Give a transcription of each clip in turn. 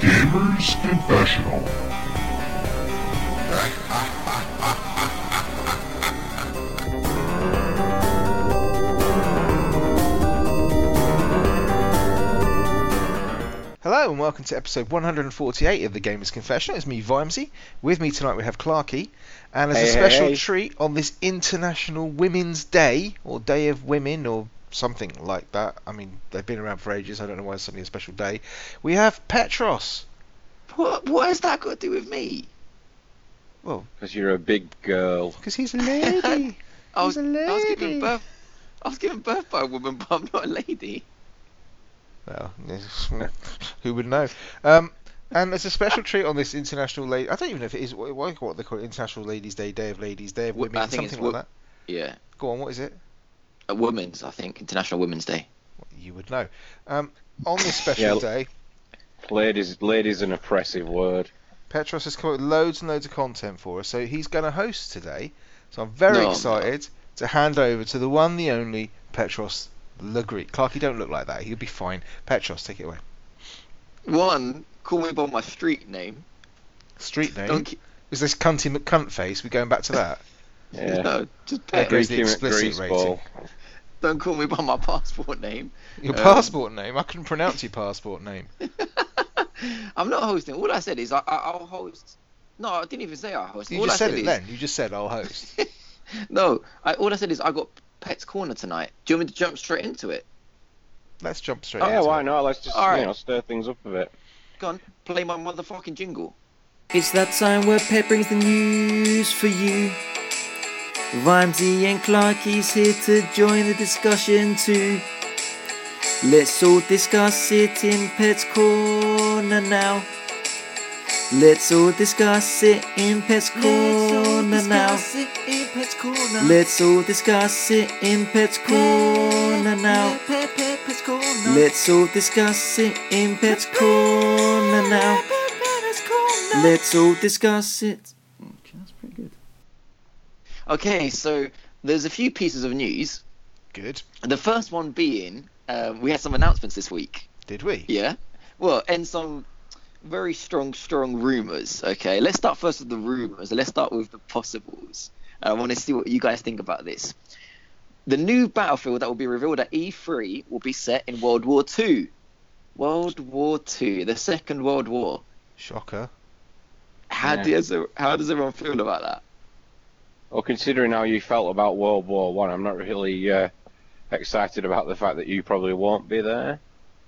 Tim's Confessional. Hello and welcome to episode 148 of the Gamers Confessional. It's me, Vimesy. With me tonight we have Clarky, and as Hey, a hey, special hey. treat on this International Women's Day or Day of Women or something like that. I mean, they've been around for ages. I don't know why it's suddenly a special day. We have Petros. What, what has that got to do with me? Well- because you're a big girl. because he's a lady. I He's was, a I was lady. given birth. I was given birth by a woman, but I'm not a lady. well, who would know? Um, and as a special treat on this International Lady, I don't even know if it is what, what they call it, International Ladies Day, Day of Ladies, Day of W- Women, I think it's something like wo- that. Yeah, Go on, what is it? a woman's. I think International Women's Day. you would know. Um, on this special Yeah. day, Ladies, ladies, an oppressive word. Petros has come up with loads and loads of content for us, so he's going to host today. So I'm very No, I'm excited to hand over to the one, the only Petros Le Greek. Clark, you don't look like that. He'll be fine. Petros, take it away. One, call me by my street name. Street name? Don't ki- Is this cunty McCunt face? We going back to that? Yeah. No, just There pet. goes Greek the human- explicit grease rating. ball. Don't call me by my passport name. Your Um, passport name? I couldn't pronounce your passport name. I'm not hosting. All I said is I, I, I'll host. No, I didn't even say I host. You all just I said, said it is- then. You just said I'll host. No, I, all I said is I got Pet's Corner tonight. Do you want me to jump straight into it? Let's jump straight Oh, yeah, into why it. not? Let's just All right. you know stir things up a bit. Go on, play my motherfucking jingle. It's that time where Pep brings the news for you. Rhymesy and Clarky's here to join the discussion too. Let's all discuss it in Pet's Corner now. Let's all discuss it in Pet's Corner now. Let's all discuss it in Pet's Corner now. Let's all discuss it in Pet's Corner now. Let's all discuss it. Okay, that's pretty good. Okay, so there's a few pieces of news. Good. The first one being uh, we had some announcements this week. Did we? Yeah. Well, and some very strong, strong rumours. Okay, let's start first with the rumours. Let's start with the possibles. I want to see what you guys think about this. The new battlefield that will be revealed at E3 will be set in World War Two. World War Two, the Second World War. Shocker. How Yeah. does how does everyone feel about that? Well, considering how you felt about World War One, I'm not really uh, excited about the fact that you probably won't be there.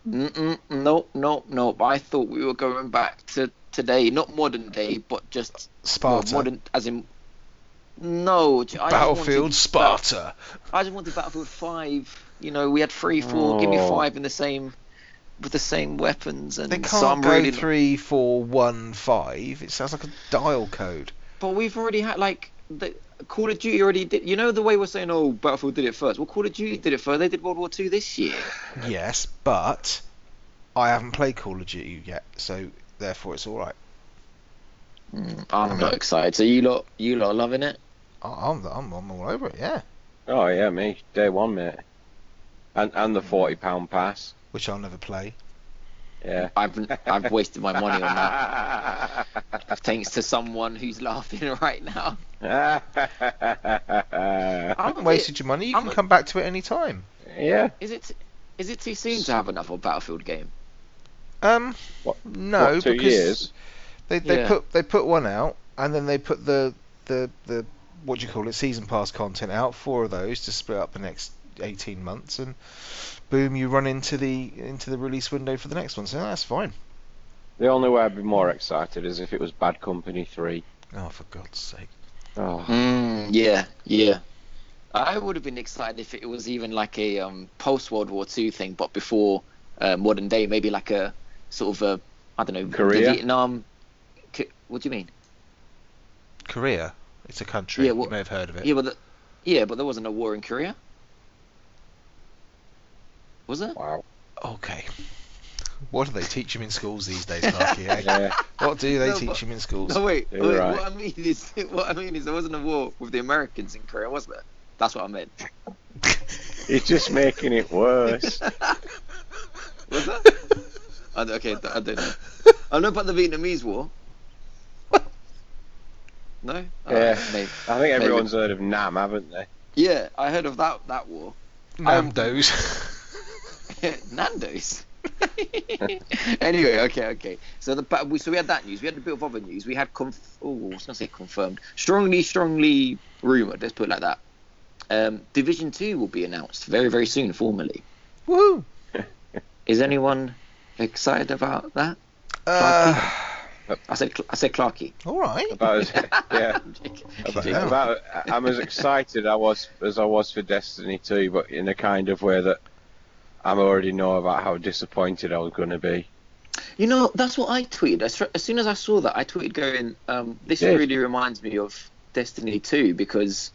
Mm-mm, nope, nope, nope. I thought we were going back to today, not modern day, but just well, Sparta. modern, as in. No, I just wanted- Battlefield Sparta. I just wanted Battlefield Five. You know, we had three, four. Give me Oh. five in the same, with the same weapons, and They can't so I'm go really. three, four, one, five. It sounds like a dial code. But we've already had like the Call of Duty already did. You know the way we're saying, oh, Battlefield did it first. Well, Call of Duty did it first. They did World War Two this year. Yes, but I haven't played Call of Duty yet, so therefore it's all right. I'm Mm. not excited. So you lot, you lot are loving it. I- I'm, I'm, I'm all over it. Yeah, Oh yeah, me day one, mate. And and the forty pound pass. which I'll never play. Yeah. I've I've wasted my money on that. that. Thanks to someone who's laughing right now. I I'm haven't a bit- wasted your money. You I'm can a- come back to it any time. yeah. Is it is it too soon to have another Battlefield game? Um, What- no, what, two because years. they they Yeah. put they put one out, and then they put the the the what do you call it season pass content out. Four of those to split up the next eighteen months, and boom, you run into the into the release window for the next one. So that's fine. The only way I'd be more excited is if it was Bad Company 3. Oh, for God's sake! Oh, Mm, yeah, yeah. I would have been excited if it was even like a um, post World War II thing, but before uh, modern day, maybe like a sort of a I don't know the Korea? Vietnam. K- What do you mean? Korea, it's a country. Yeah, well- you may have heard of it. Yeah, but the, yeah, but there wasn't a war in Korea. Was there? wow. Okay. What do they teach him in schools these days, Clarky? eh? Yeah. What do they No, teach but- him in schools? No, wait. You're wait right. What I mean is, what I mean is, there wasn't a war with the Americans in Korea, was there? That's what I meant. He's just making it worse. Was there? I, don't- okay, I don't know. I know about the Vietnamese War. no? Yeah. Alright, maybe. I think everyone's heard of Nam, haven't they? Yeah, I heard of that that war. um, Nando's. Nando's. anyway, okay, okay. So the but we so we had that news. We had a bit of other news. We had conf- oh, I was gonna say confirmed, strongly, strongly rumored. Let's put it like that. Um, Division Two will be announced very, very soon, formally. Woohoo! Is anyone excited about that? Uh, I said, Cl- I said Clarky. all right. About as, yeah, I'm joking. about, Yeah. about- I'm as excited I was as I was for Destiny 2, but in a kind of way that I already know about how disappointed I was going to be. You know, that's what I tweeted. As, as soon as I saw that, I tweeted going, um, "This Yeah. really reminds me of Destiny 2 because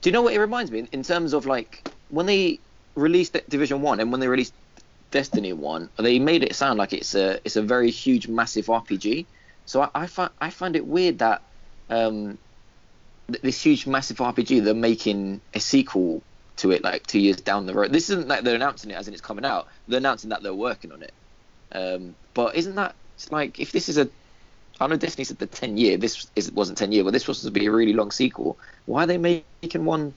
do you know what it reminds me in, in terms of like when they released De- Division One and when they released Destiny One, they made it sound like it's a it's a very huge, massive RPG. So I I, fi- I find it weird that um, th- this huge, massive RPG they're making a sequel to it like two years down the road. This isn't like they're announcing it as in it's coming out. They're announcing that they're working on it. Um, but isn't that it's like if this is a I know Destiny said the ten year. This is, wasn't ten year, but this was supposed to be a really long sequel. Why are they making one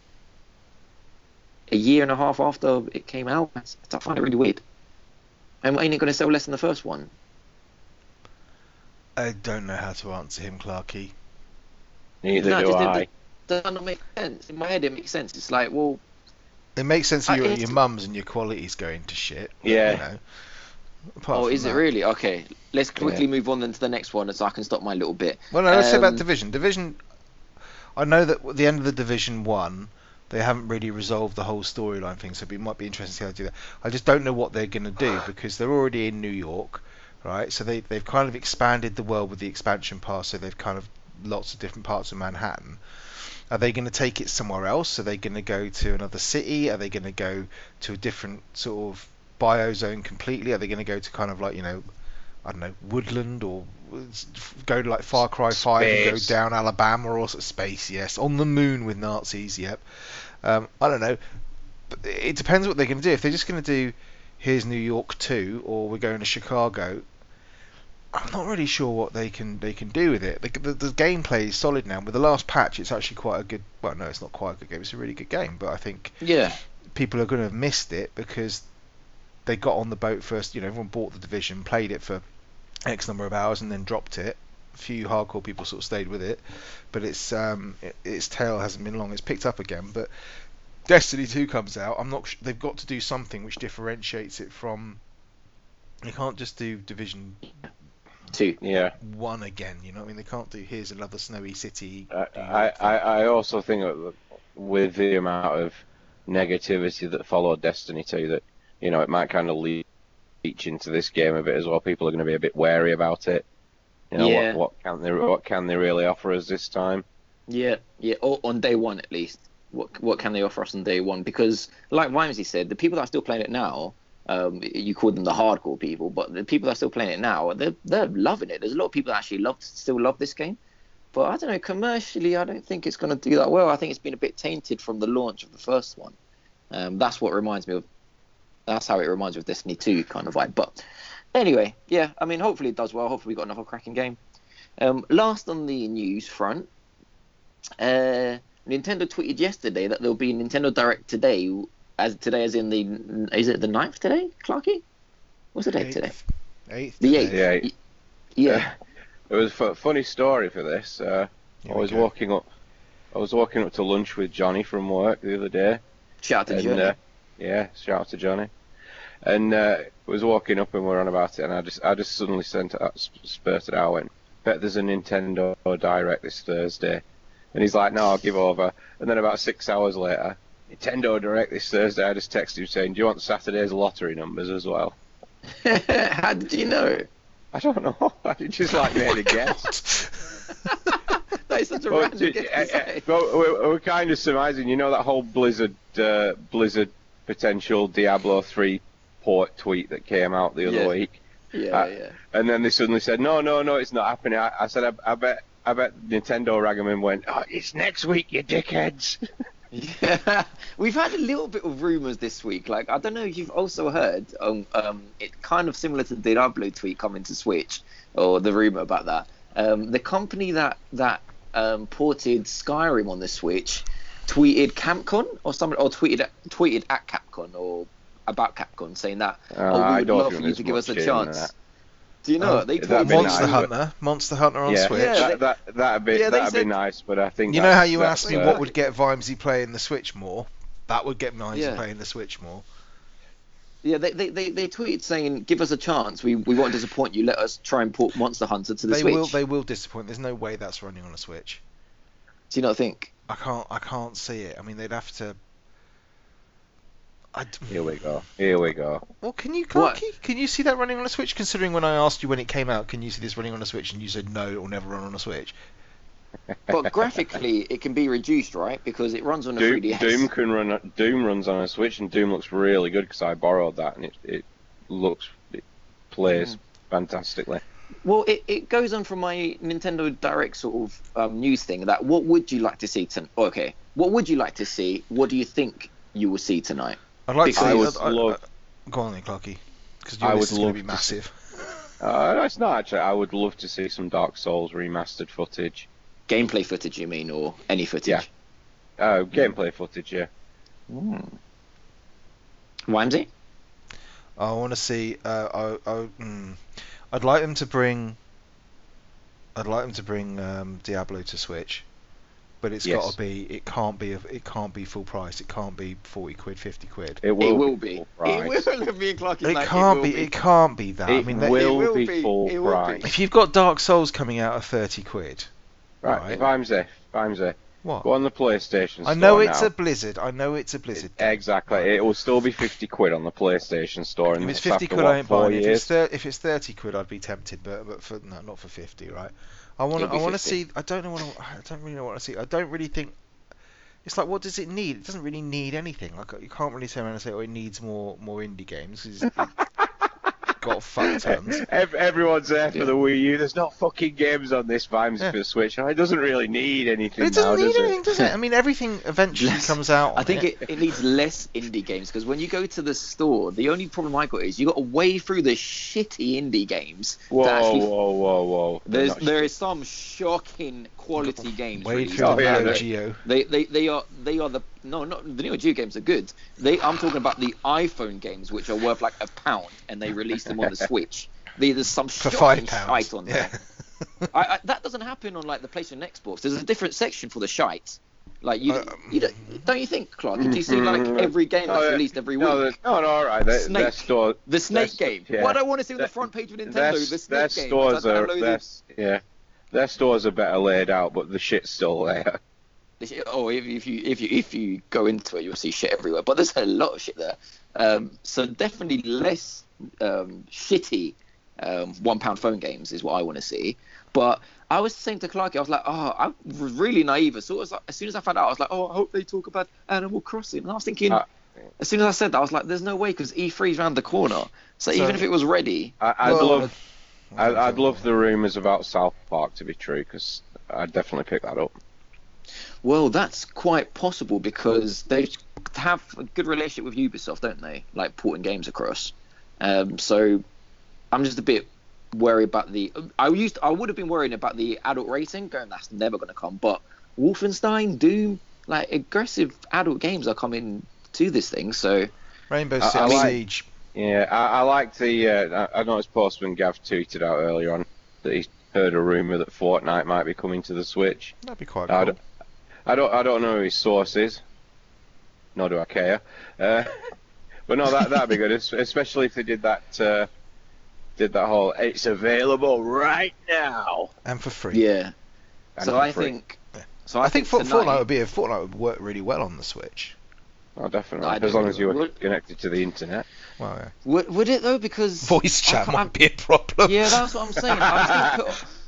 a year and a half after it came out? That's- I find it really weird. And ain't it going to sell less than the first one? I don't know how to answer him, Clarky. Neither No, do just- I. Does that not make sense? In my head, it makes sense. It's like, well, It makes sense Uh, that you're at it's- your mum's and your quality's going to shit. but, Yeah. You know, apart oh, from is it that- really okay? Let's quickly Yeah. move on then to the next one, so I can stop my little bit. Well, no, let's say about Um, division. Division. I know that at the end of the division one, they haven't really resolved the whole storyline thing, so it might be interesting to see how they do that. I just don't know what they're going to do because they're already in New York, right? So they they've kind of expanded the world with the expansion pass, so they've kind of lots of different parts of Manhattan. Are they going to take it somewhere else? Are they going to go to another city? Are they going to go to a different sort of biozone completely? Are they going to go to kind of like you know, I don't know, woodland or go to like Far Cry Five and go Space. down Alabama or s- space? Yes, on the moon with Nazis. Yep. Um, I don't know. But it depends what they're going to do. If they're just going to do here's New York two or we're going to Chicago, I'm not really sure what they can they can do with it. The, the, the gameplay is solid now. With the last patch, it's actually quite a good. Well, no, it's not quite a good game. It's a really good game, but I think Yeah, people are going to have missed it because they got on the boat first. You know, everyone bought the division, played it for X number of hours, and then dropped it. A few hardcore people sort of stayed with it, but it's um, it, its tail hasn't been long. It's picked up again, but Destiny 2 comes out. I'm not. Sh- they've got to do something which differentiates it from. They can't just do Division two. Yeah. One again. You know what I mean? They can't do here's another snowy city. I, New Uh, I, York I I also think that with the amount of negativity that followed Destiny 2, that you know it might kind of leach into this game a bit as well. People are going to be a bit wary about it. You know Yeah. what, what can they what can they really offer us this time? Yeah, yeah, or on day one at least. What what can they offer us on day one? Because like Rhymesy said, the people that are still playing it now, um, you call them the hardcore people, but the people that are still playing it now, they're they're loving it. There's a lot of people that actually love still love this game, but I don't know commercially, I don't think it's going to do that well. I think it's been a bit tainted from the launch of the first one. Um, that's what reminds me of. That's how it reminds me of Destiny 2 kind of vibe. But anyway, yeah, I mean, hopefully it does well. Hopefully we got another cracking game. Um, last on the news front, uh, Nintendo tweeted yesterday that there'll be a Nintendo Direct today, as today as in the is it the 9th today, Clarky? What's the date today? Eighth. Eighth. The today. eighth. Y- Yeah. Yeah. It was a fu- funny story for this. Uh, Here I we was go. walking up, I was walking up to lunch with Johnny from work the other day, Shout out to and Journey. uh, yeah, shout out to Johnny. And uh, was walking up and we are on about it, and I just I just suddenly sent it out, sp- spurted out and bet there's a Nintendo Direct this Thursday, and he's like, no, I'll give over. And then about six hours later, Nintendo Direct this Thursday, I just texted him saying, do you want Saturday's lottery numbers as well? How did you know? I don't know. I just like made a guess. that is such a Well, random d- guess to uh, uh, say. well, we're, we're kind of surmising, you know, that whole Blizzard, uh, Blizzard potential Diablo three port tweet that came out the other Yeah. week, Yeah, uh, yeah. and then they suddenly said, no, no, no, it's not happening. I, I said, I, I bet, I bet Nintendo Ragaman went, oh, it's next week, you dickheads. Yeah, we've had a little bit of rumours this week. Like I don't know if you've also heard. Um, um it kind of similar to the Diablo tweet coming to Switch, or the rumour about that. Um, the company that that um, ported Skyrim on the Switch tweeted Capcom or somebody or tweeted at- tweeted at Capcom or about Capcom saying that Uh, oh, we I would don't love for think you there's to give us much a in chance. that. Do you know Oh, what? they that'd tweeted be Monster nice, Hunter, Monster Hunter on yeah, Switch. Yeah, that, that, that'd be yeah, they that'd be said- nice, but I think you know that's- how you that's asked me where- what would get Vimesy playing the Switch more? That would get Vimesy Yeah. playing the Switch more. Yeah, they, they, they, they tweeted saying, "Give us a chance. We we won't disappoint you. Let us try and port Monster Hunter to the they Switch." will. They will disappoint. There's no way that's running on a Switch. Do you not think? I can't. I can't see it. I mean, they'd have to. I d Here we go. Here we go. well, can you What? Clarky, can you see that running on a Switch? Considering when I asked you when it came out, can you see this running on a Switch, and you said no, it'll never run on a Switch. But graphically, it can be reduced, right? Because it runs on a Doom, 3DS. Doom can run. Doom runs on a Switch, and Doom looks really good because I borrowed that, and it it looks it Hmm. plays fantastically. Well, it, it goes on from my Nintendo Direct sort of um, news thing that what would you like to see tonight? Okay, what would you like to see? What do you think you will see tonight? I'd like to. I see- would I- I- love- Go on then, Clarky. Because I your list is would going love to be to massive. Uh, no, it's not actually. I would love to see some Dark Souls remastered footage, Gameplay footage, you mean, or any footage? Yeah. uh, Hmm. gameplay footage. Yeah, Mm. Wamsy? I want to see. Uh, I, I, mm, I'd like them to bring. I'd like them to bring um, Diablo to Switch, but it's got Yes. to be. It can't be. A, it can't be full price. It can't be forty quid, fifty quid. it will, it will be. full price. It will be. and Clark is It like, can't will be, It can't be that. I It mean, they- will, will be, be, full it will price. be. if you've got Dark Souls coming out at thirty quid, Right, Right. if I'm Zeph, if I'm Zeph, what? go on the PlayStation. I know store it's now. a Blizzard. I know it's a Blizzard. thing. Exactly. It will still be 50 quid on the PlayStation Store. And If it's that's fifty after, quid, what, I ain't four buying it. If it's, thir- years. if it's thirty quid, I'd be tempted, but but for no, not for fifty, right? I want It'll I be want to 50. see. I don't know what I, I don't really know what I see. I don't really think. It's like, what does it need? It doesn't really need anything. Like you can't really turn around and say, oh, it needs more more indie games 'cause it's got fuck tons. Ev- Everyone's there for Yeah. the Wii U. There's not fucking games on this Vimes Yeah. for the Switch. and It doesn't really need anything But it doesn't now, need does anything, it? does it? I mean, everything eventually Less- comes out. On I think it, it needs less indie games because when you go to the store, the only problem I got is you got to wade through the shitty indie games. to Whoa, actually- whoa, whoa, whoa. They're There's not there is some shocking quality games. Wade released. through Oh, the yeah, Neo they- Geo. They, they they are they are the no not the Neo Geo games are good. They I'm talking about the iPhone games which are worth like a pound and they release them on the Switch. They- There's some for shocking five pounds. shite on there. yeah. I, I, that doesn't happen on like the PlayStation and Xbox. There's a different section for the shite. Like you, Um, you don't, don't you think, Clark? Did you see like every game that's Oh, yeah. released every week? No, they're- no, no, all right. They're, Snake. their store, The Snake There's- game. yeah. What I want to see on the There's- front page of Nintendo, their, the Snake their game. stores I are, downloaded their, yeah, their stores are better laid out, but the shit's still there. the shit- Oh, if, if you if you if you go into it, you'll see shit everywhere. But there's a lot of shit there. Um, so definitely less um, shitty um, one pound phone games is what I want to see. But I was saying to Clark, I was like, oh, I was really naive. As soon as I, as soon as I found out, I was like, oh, I hope they talk about Animal Crossing. And I was thinking, Uh, as soon as I said that, I was like, there's no way because E3's round the corner. So, even if it was ready, I, I'd Well, love, I, I'd love the rumours about South Park to be true because I'd definitely pick that up. Well, that's quite possible because they have a good relationship with Ubisoft, don't they? Like porting games across. Um, so I'm just a bit worried about the. I used I would have been worrying about the adult rating, going that's never going to come. But Wolfenstein, Doom, like aggressive adult games are coming to this thing. So Rainbow I- I Six like- Siege. Yeah, I, I like the. Uh, I I noticed Postman Gav tweeted out earlier on that he heard a rumor that Fortnite might be coming to the Switch. That'd be quite I cool. don't, I don't, I don't know who his source is. Nor do I care. Uh, but no, that that'd be good, es- especially if they did that. Uh, did that whole? It's available right now. And for free. yeah. And So for I free. think. So I think, Fort- tonight- Fortnite would be a Fortnite would work really well on the Switch. Oh, definitely. I as long don't- as you were would- connected to the internet. Well, yeah. Would, would it though? Because voice I chat can't- might be a problem. Yeah, that's what I'm saying. I'm still put off...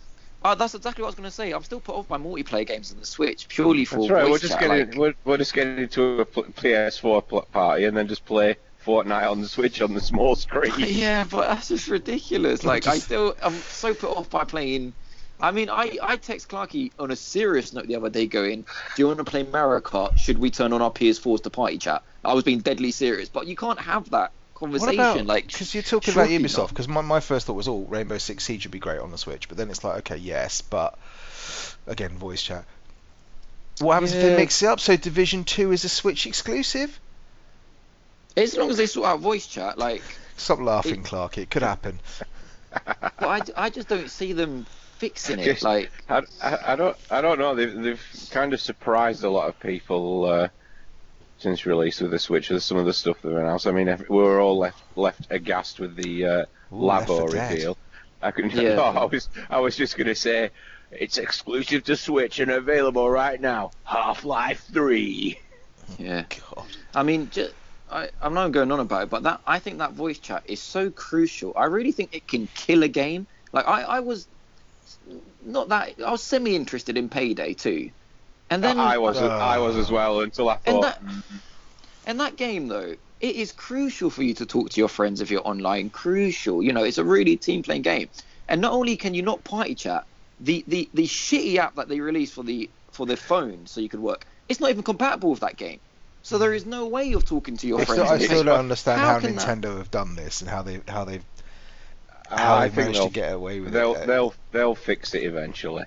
uh, that's exactly what I was going to say. I'm still put off by multiplayer games on the Switch purely for That's right. voice We're just chat, getting like- we're, we're just getting into a pl- PS4 pl- party and then just play Fortnite on the Switch on the small screen. Yeah, but that's just ridiculous. Like I Just- still, I'm so put off by playing I mean, I, I text Clarky on a serious note the other day going, Do you want to play Mario Kart? Should we turn on our PS4s to party chat? I was being deadly serious, but you can't have that What conversation. about like, because you're talking about surely Ubisoft? not. Because my, my first thought was, oh, Rainbow Six Siege would be great on the Switch, but then it's like, okay, yes, but again, voice chat. What happens if they Yeah. mix it up? So Division Two is a Switch exclusive? As long as they sort out voice chat, like, Stop laughing, Clark. It could happen. but I, I just don't see them fixing it. Yes. Like, I, I, I don't I don't know. They've, they've kind of surprised a lot of people uh, since release of the Switch. There's some of the stuff they've announced. I mean, if- we were all left left aghast with the uh, Ooh, Left Labo 4 Dead. reveal. I couldn't. Yeah. no, I was I was just gonna say it's exclusive to Switch and available right now. Half Life Three. yeah. God. I mean, ju- I, I'm not going on about it, but that I think that voice chat is so crucial. I really think it can kill a game. Like I, I was not that I was semi interested in Payday too, and then I was Uh. I was as well until I and thought. hmm. that and that game though it is crucial for you to talk to your friends if you're online. Crucial, you know, it's a really team playing game. And not only can you not party chat, the the the shitty app that they released for the for the phone so you could work, it's not even compatible with that game. So there is no way of talking to your I friends. still, I in this still way. don't understand How how, can that- Uh, Nintendo have done this and how they how they how I they've think managed to they'll get away with they'll, it. they'll they'll fix it eventually.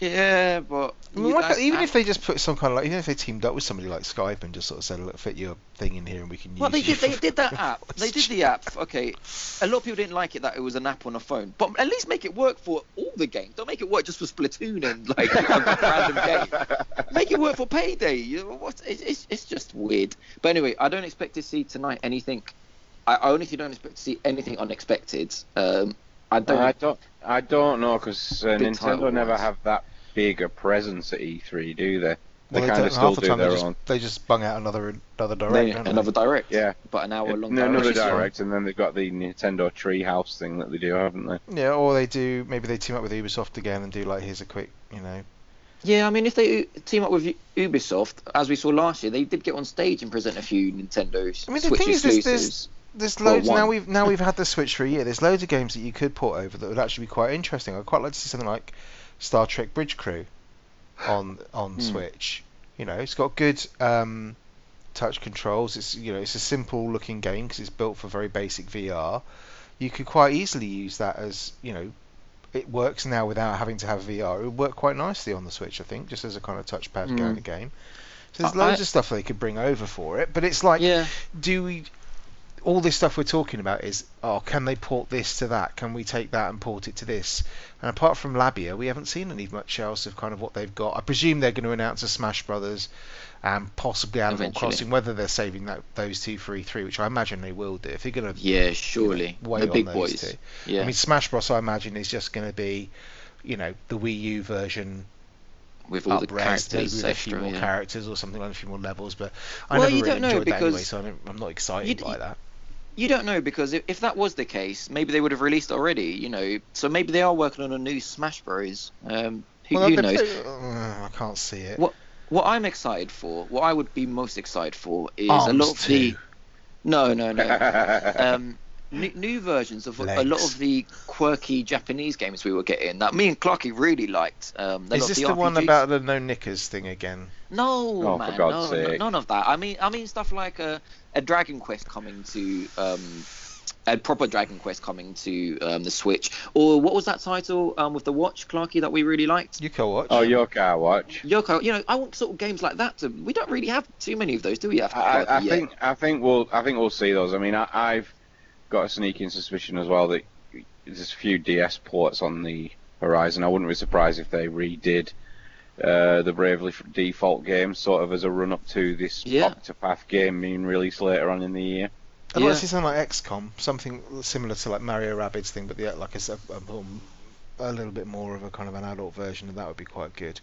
Yeah, but I mean, why can't- even if they just put some kind of like, even if they teamed up with somebody like Skype and just sort of said, look, fit your thing in here and we can well, they use did you they for- did that app. They did the app. Okay, a lot of people didn't like it that it was an app on a phone, but at least make it work for all the games. Don't make it work just for Splatoon and like a random game. Make it work for Payday. You know, what? It's, it's it's just weird. But anyway, I don't expect to see tonight anything. I I honestly don't expect to see anything unexpected. Um, I don't. I don't I don't know because uh, Big Nintendo title-wise. never have that big a presence at E3, do they? They Well, kind don't- of still half the do time they their just, own. They just bung out another another direct. they, don't they? another direct. Yeah. But an hour long. No, direct another is fine. direct, and then they've got the Nintendo Treehouse thing that they do, haven't they? Yeah, or they do. Maybe they team up with Ubisoft again and do like here's a quick, you know. Yeah, I mean, if they u- team up with U- Ubisoft, as we saw last year, they did get on stage and present a few Nintendo I mean, the Switch thing is, there's- exclusives. there's- There's Well, loads now. one. We've now we've had the Switch for a year. There's loads of games that you could port over that would actually be quite interesting. I'd quite like to see something like Star Trek Bridge Crew on on Hmm. Switch. You know, it's got good um, touch controls. It's you know, it's a simple looking game because it's built for very basic VR. You could quite easily use that as you know. It works now without having to have VR. It would work quite nicely on the Switch, I think, just as a kind of touchpad Mm. kind of game. So there's I- loads I- of stuff they could bring over for it, but it's like yeah, do we all this stuff we're talking about is oh can they port this to that can we take that and port it to this and apart from labia we haven't seen any much else of kind of what they've got i presume they're going to announce a smash brothers and possibly animal Eventually. crossing whether they're saving that, those two for e3 which i imagine they will do if they're going to yeah, surely weigh the on big those boys. two. Yeah, i mean smash bros i imagine is just going to be you know the wii u version with all the upraised maybe characters with a few extra. more Yeah. characters or something like a few more levels but i Well, never you really don't know enjoyed that anyway because so I don't, i'm not excited d- by that You don't know because if, if that was the case, maybe they would have released it already. You know, so maybe they are working on a new Smash Bros. Um, who, Well, who they- knows? they- uh, I can't see it. What- What I'm excited for, what I would be most excited for, is a Arms lot of the. too. No, no, no. um, new, new versions of a lot Legs. of the quirky Japanese games we were getting that me and Clarky really liked. Um, a lot Is of this the, the, one RPGs. about the no knickers thing again? No, Oh, for man, God's no, no- sake. none of that. I mean, I mean stuff like a, a Dragon Quest coming to um, a proper Dragon Quest coming to um, the Switch, or what was that title um, with the watch, Clarky, that we really liked? You can watch. oh, your car watch. Yoko, you know, I want sort of games like that. To, we don't really have too many of those, do we? Have I, I Clarky, yet? think I think we'll I think we'll see those. I mean, I, I've got a sneaking suspicion as well that there's a few DS ports on the horizon. I wouldn't be surprised if they redid uh, the Bravely Default game sort of as a run up to this Yeah. Octopath game being released later on in the year. I'd like yeah. to see something like XCOM, something similar to like Mario Rabbids thing, but the, uh, like I said, a, more- a little bit more of a kind of an adult version, and that would be quite good.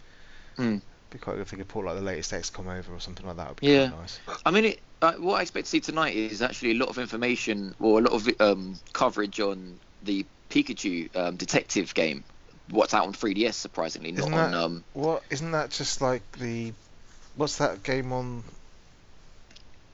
Hmm. Be quite good if they could port like the latest XCOM over or something like that. Would be Yeah. quite nice. I mean, it, uh, what I expect to see tonight is actually a lot of information or a lot of um, coverage on the Pikachu um, detective game. What's out on 3DS, surprisingly, not Isn't on. that- Um, What isn't that just like the what's that game on?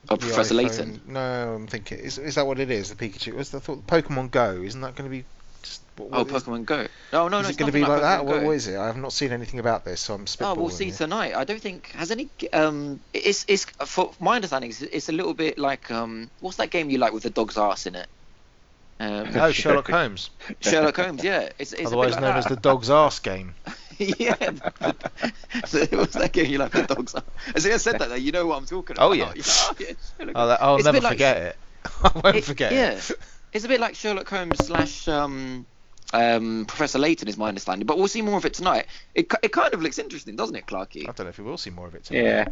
oh, the Professor iPhone? Layton. No, I'm thinking is is that what it is? The Pokemon. I thought Pokemon Go. Isn't that going to be Just, what, Oh, what is- Pokemon Go. Oh, No, no, no. is it's it going to nothing be like that? Pokemon What, Go. what is it? I have not seen anything about this, so I'm Oh, spitballing. we'll see here. tonight. I don't think has any. Um, it's it's for my understanding. It's, it's a little bit like um, what's that game you like with the dog's ass in it? Um, Oh, Sherlock Holmes, Sherlock Holmes. Yeah, it's, it's otherwise a bit like known that. as the dog's ass game. yeah. so what's that game you like with the dogs? Are? As soon as I said that, though, you know what I'm talking about. Oh, yeah. You're like, oh, yeah, Sherlock Oh, that, I'll It's a never bit like- forget it. I won't It- forget yeah. it. It's a bit like Sherlock Holmes slash um, um, Professor Layton, is my understanding. But we'll see more of it tonight. It, ki- it kind of looks interesting, doesn't it, Clarky? I don't know if we will see more of it. Tonight. Yeah.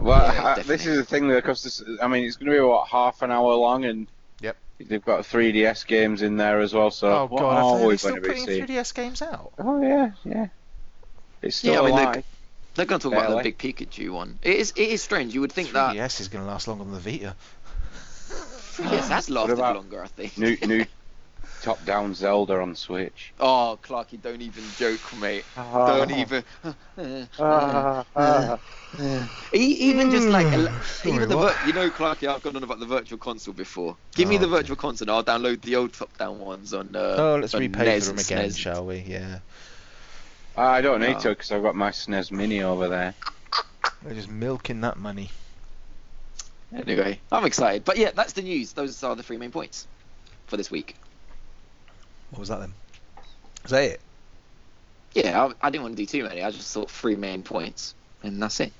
Well, Yeah, I- this definitely. is the thing though, because this, I mean, it's going to be what half an hour long, and Yep. they've got 3DS games in there as well. So Oh what god, are are they we still going to be putting seeing? 3DS games out? Oh yeah, yeah. It's still Yeah, I mean, they- alive. They're going to talk about the Barely. big Pikachu one. It is it is strange. You would think that 3DS is going to last longer than the Vita. yes, that's lasted about longer, I think. new new top-down Zelda on Switch. Oh, Clarky, don't even joke, mate. Don't even. E- even just like a- Hmm. Sorry, even the what? vir- you know, Clarky, I've gone on about the virtual console before. Give me Oh, the okay. virtual console, and I'll download the old top-down ones on. Uh, Oh, let's on repay NES for them and E again, SNES. shall we? Yeah. Ah, I don't Oh. Ah. need to because I've got my SNES Mini over there. They're just milking that money. Anyway, I'm excited, but yeah, that's the news. Those are the three main points for this week. What was that then? Is that it? Yeah, I, I didn't want to do too many. I just thought three main points, and that's it.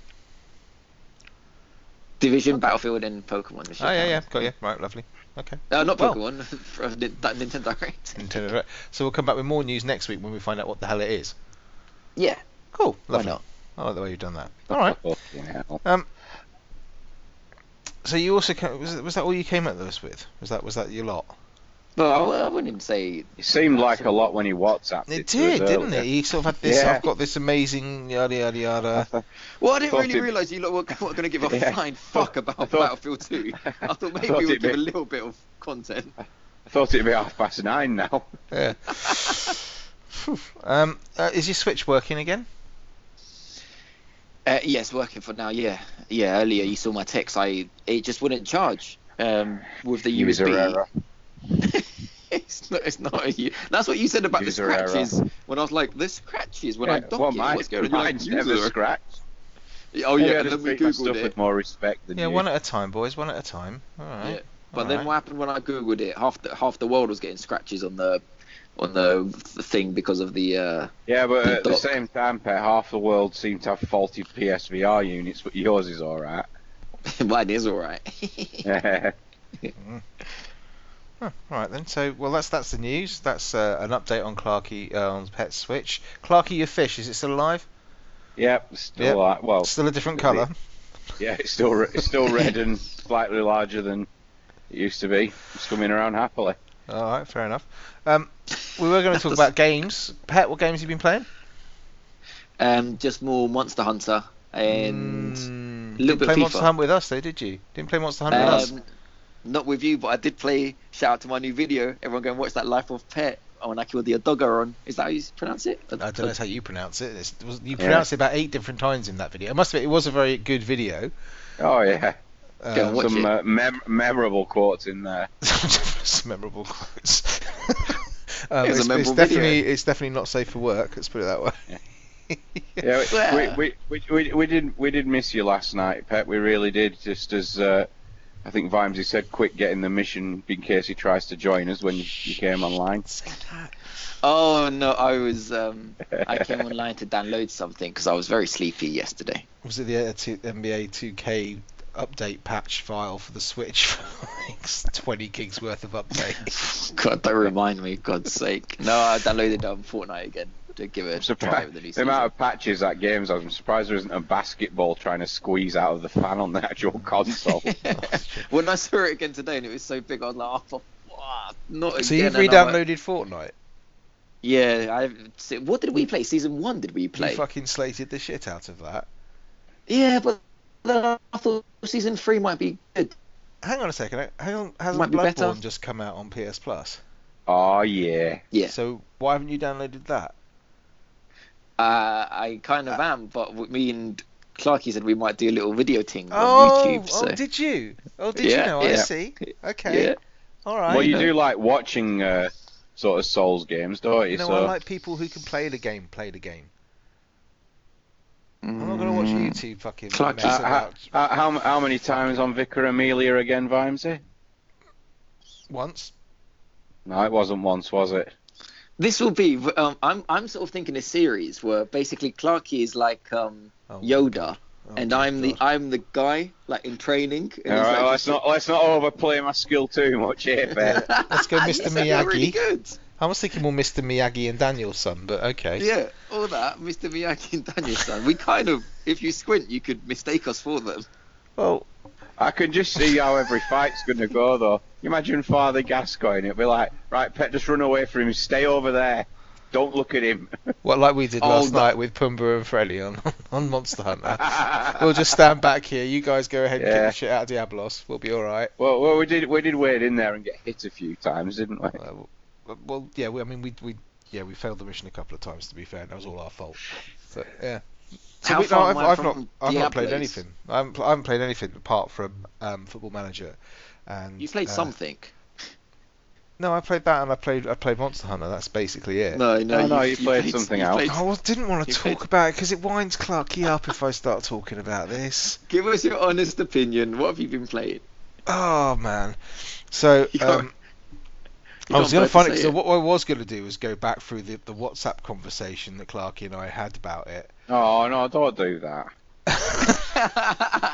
Division, Battlefield, and Pokemon. this Oh, year. yeah, yeah. Got you. Right, lovely. Okay. No, not Well- Pokemon. from Nin- that Nintendo Direct. Nintendo Direct. So we'll come back with more news next week when we find out what the hell it is. Yeah, Cool. why Lovely. not? I like the way you've done that. All right. Fucking hell. So you also ca- was, was that all you came at us with? Was that was that your lot? Well, I, I wouldn't even say. It seemed like a lot when he WhatsApped It it. to did, us didn't earlier. it? You sort of had this. Yeah. I've got this amazing yada yada yada. Well, I didn't Thought really it- realise you lot were, were going to give a Yeah. flying fuck about I thought- Battlefield 2. I thought maybe thought we would it give a may- little bit of content. I thought it'd be half past nine now. Yeah. Phew. um, uh, is your Switch working again? Uh, yes, working for now. Yeah, yeah. Earlier you saw my text. I it just wouldn't charge um, with the User USB. error. it's not. It's not. A, u- that's what you said about User the error. scratches. When I was like, the scratches when I Yeah, dock well, it. mine, what's going on? You're like, mine's never user- scratched. Oh Maybe I yeah, and then just we treat my stuff googled it. with more respect than Yeah, you. one at a time, boys. One at a time. All right. Yeah. But All then right. what happened when I googled it? Half the half the world was getting scratches on the on the thing because of the. Uh, Yeah, but The at the dock. same time, Pet, half the world seem to have faulty PSVR units, but yours is all right. mine is all right. Huh, all right then. So well, that's that's the news. That's uh, an update on Clarky uh, on Pet Switch. Clarky, your fish is it still alive? yep, still Yep. like well, still a different it- colour. yeah, it's still re- it's still red and slightly larger than it used to be. It's coming around happily. All right, fair enough. Um, we were going to talk That's- about games. Pet, what games have you been playing? um, just more Monster Hunter and um, Mm, little didn't bit play of Monster FIFA. Hunt with us though, did you? Didn't play Monster Hunt with us. um, not with you, but I did play. Shout out to my new video. Everyone go and watch that Life of Pet. Oh, and I killed the Odogaron. Is that how you pronounce it? I don't know how you pronounce it. It's, it was, you Yeah. pronounced it about eight different times in that video. It must have. It was a very good video. Oh yeah, Go Um, on. watch some it. uh, mem- memorable quotes in there. some memorable quotes. um, it's, It was a it's memorable definitely it's definitely not safe for work. Let's put it that way. Yeah, we, Well- we, we, we, we, we did we did miss you last night, Pet. We really did. Just as uh, I think Vimesy said, quit getting the mission in case he tries to join us when you you came online. Oh no, I was. Um, I came online to download something because I was very sleepy yesterday. Was it the uh, two, NBA 2K update patch file for the Switch? for like 20 gigs worth of update. God, don't remind me, God's sake. No, I downloaded um, Fortnite again to give it a try Surprised with the new the season. amount of patches that game's had. I'm surprised there isn't a basketball trying to squeeze out of the fan on the actual console. when I saw it again today and it was so big, I was like, oh, for fuck, not again. so you've and I'm like- re-downloaded Fortnite. Yeah, I. se- What did we play? Season one? Did we play? You fucking slated the shit out of that. Yeah, but then I thought season three might be good. Hang on a second. Hang on. Hasn't Might be Bloodborne better. just come out on PS Plus? oh yeah. Yeah, So why haven't you downloaded that? uh, I kind Uh, of am, but w- me and Clarky said we might do a little video thing oh, on YouTube. So. oh, did you? Oh, did Yeah, you know? I yeah. see. Okay. Yeah. All right. well, you know. do like watching uh, sort of Souls games, don't you? No, so I like people who can play the game, play the game. I'm not going to watch Mm. YouTube fucking Clutch. mess Uh, about how, uh, how, how many times on Vicar Amelia again, Vimesy? once. No, it wasn't once, was it? This will be. Um, I'm I'm sort of thinking a series where basically Clarky is like um, Oh, Yoda, oh and my I'm the God. I'm the guy like in training. And All he's, right, like, let's just- not let's not overplay my skill too much here, Ben. Let's go, You Mr. said they were Really Miyagi. good. I was thinking more Mr. Miyagi and Daniel's son, but okay. Yeah, all that, Mr. Miyagi and Danielson. We kind of, if you squint, you could mistake us for them. Well, I can just see how every fight's going to go, though. You imagine Father Gascoigne, it'd be like, right, Pet, just run away from him, stay over there, don't look at him. well, like we did Oh, last no. night with Pumbaa and Freddy on, on Monster Hunter. we'll just stand back here. You guys go ahead and kick Yeah. the shit out of Diablos. We'll be all right. Well, well, we did we did wade in there and get hit a few times, didn't we? Uh, well, well, yeah. We, I mean, we we yeah we failed the mission a couple of times. To be fair, and that was all our fault. So yeah. So How we- no, far I've, am I I've from not I've not played Diablos? anything. I haven't, pl- I haven't played anything apart from um, Football Manager. And You played uh, something. No, I played that and I played I played Monster Hunter. That's basically it. No, no, No, no, you played something you else. played- I was- didn't want to You talk played- about it because it winds Clarky up if I start talking about this. Give us your honest opinion. What have you been playing? Oh man. So You can't- um, You I was can't going to bear find it say because what I was going to do was go back through the, the WhatsApp conversation that Clarky and I had about it. Oh no, don't do that.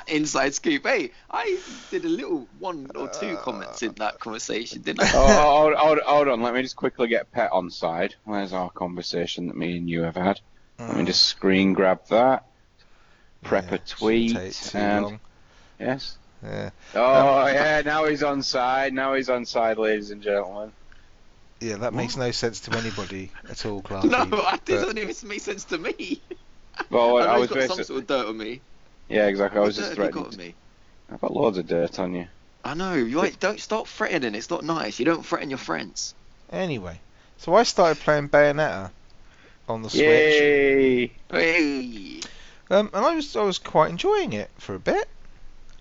Inside scoop. Hey, I did a little one or Uh, two comments in that conversation, didn't I? Oh, hold, hold, hold on, let me just quickly get Pet on side. Where's our conversation that me and you have had? Let me just screen grab that. Mm, Yeah, Prep a shouldn't take tweet too and long. yes. Yeah. Um, Oh yeah, now he's on side. Now he's on side, ladies and gentlemen. Yeah, that makes no sense to anybody at all, Clarky. No, that but- doesn't even make sense to me. Well, I I, know he's was got some basically sort of dirt on me. yeah, exactly. I What was just dirt have you got threatening. on me? I've got loads of dirt on you. I know. You ain't- don't stop threatening. It's not nice. You don't threaten your friends. Anyway, so I started playing Bayonetta on the Switch, Yay! Hey, um, and I was I was quite enjoying it for a bit.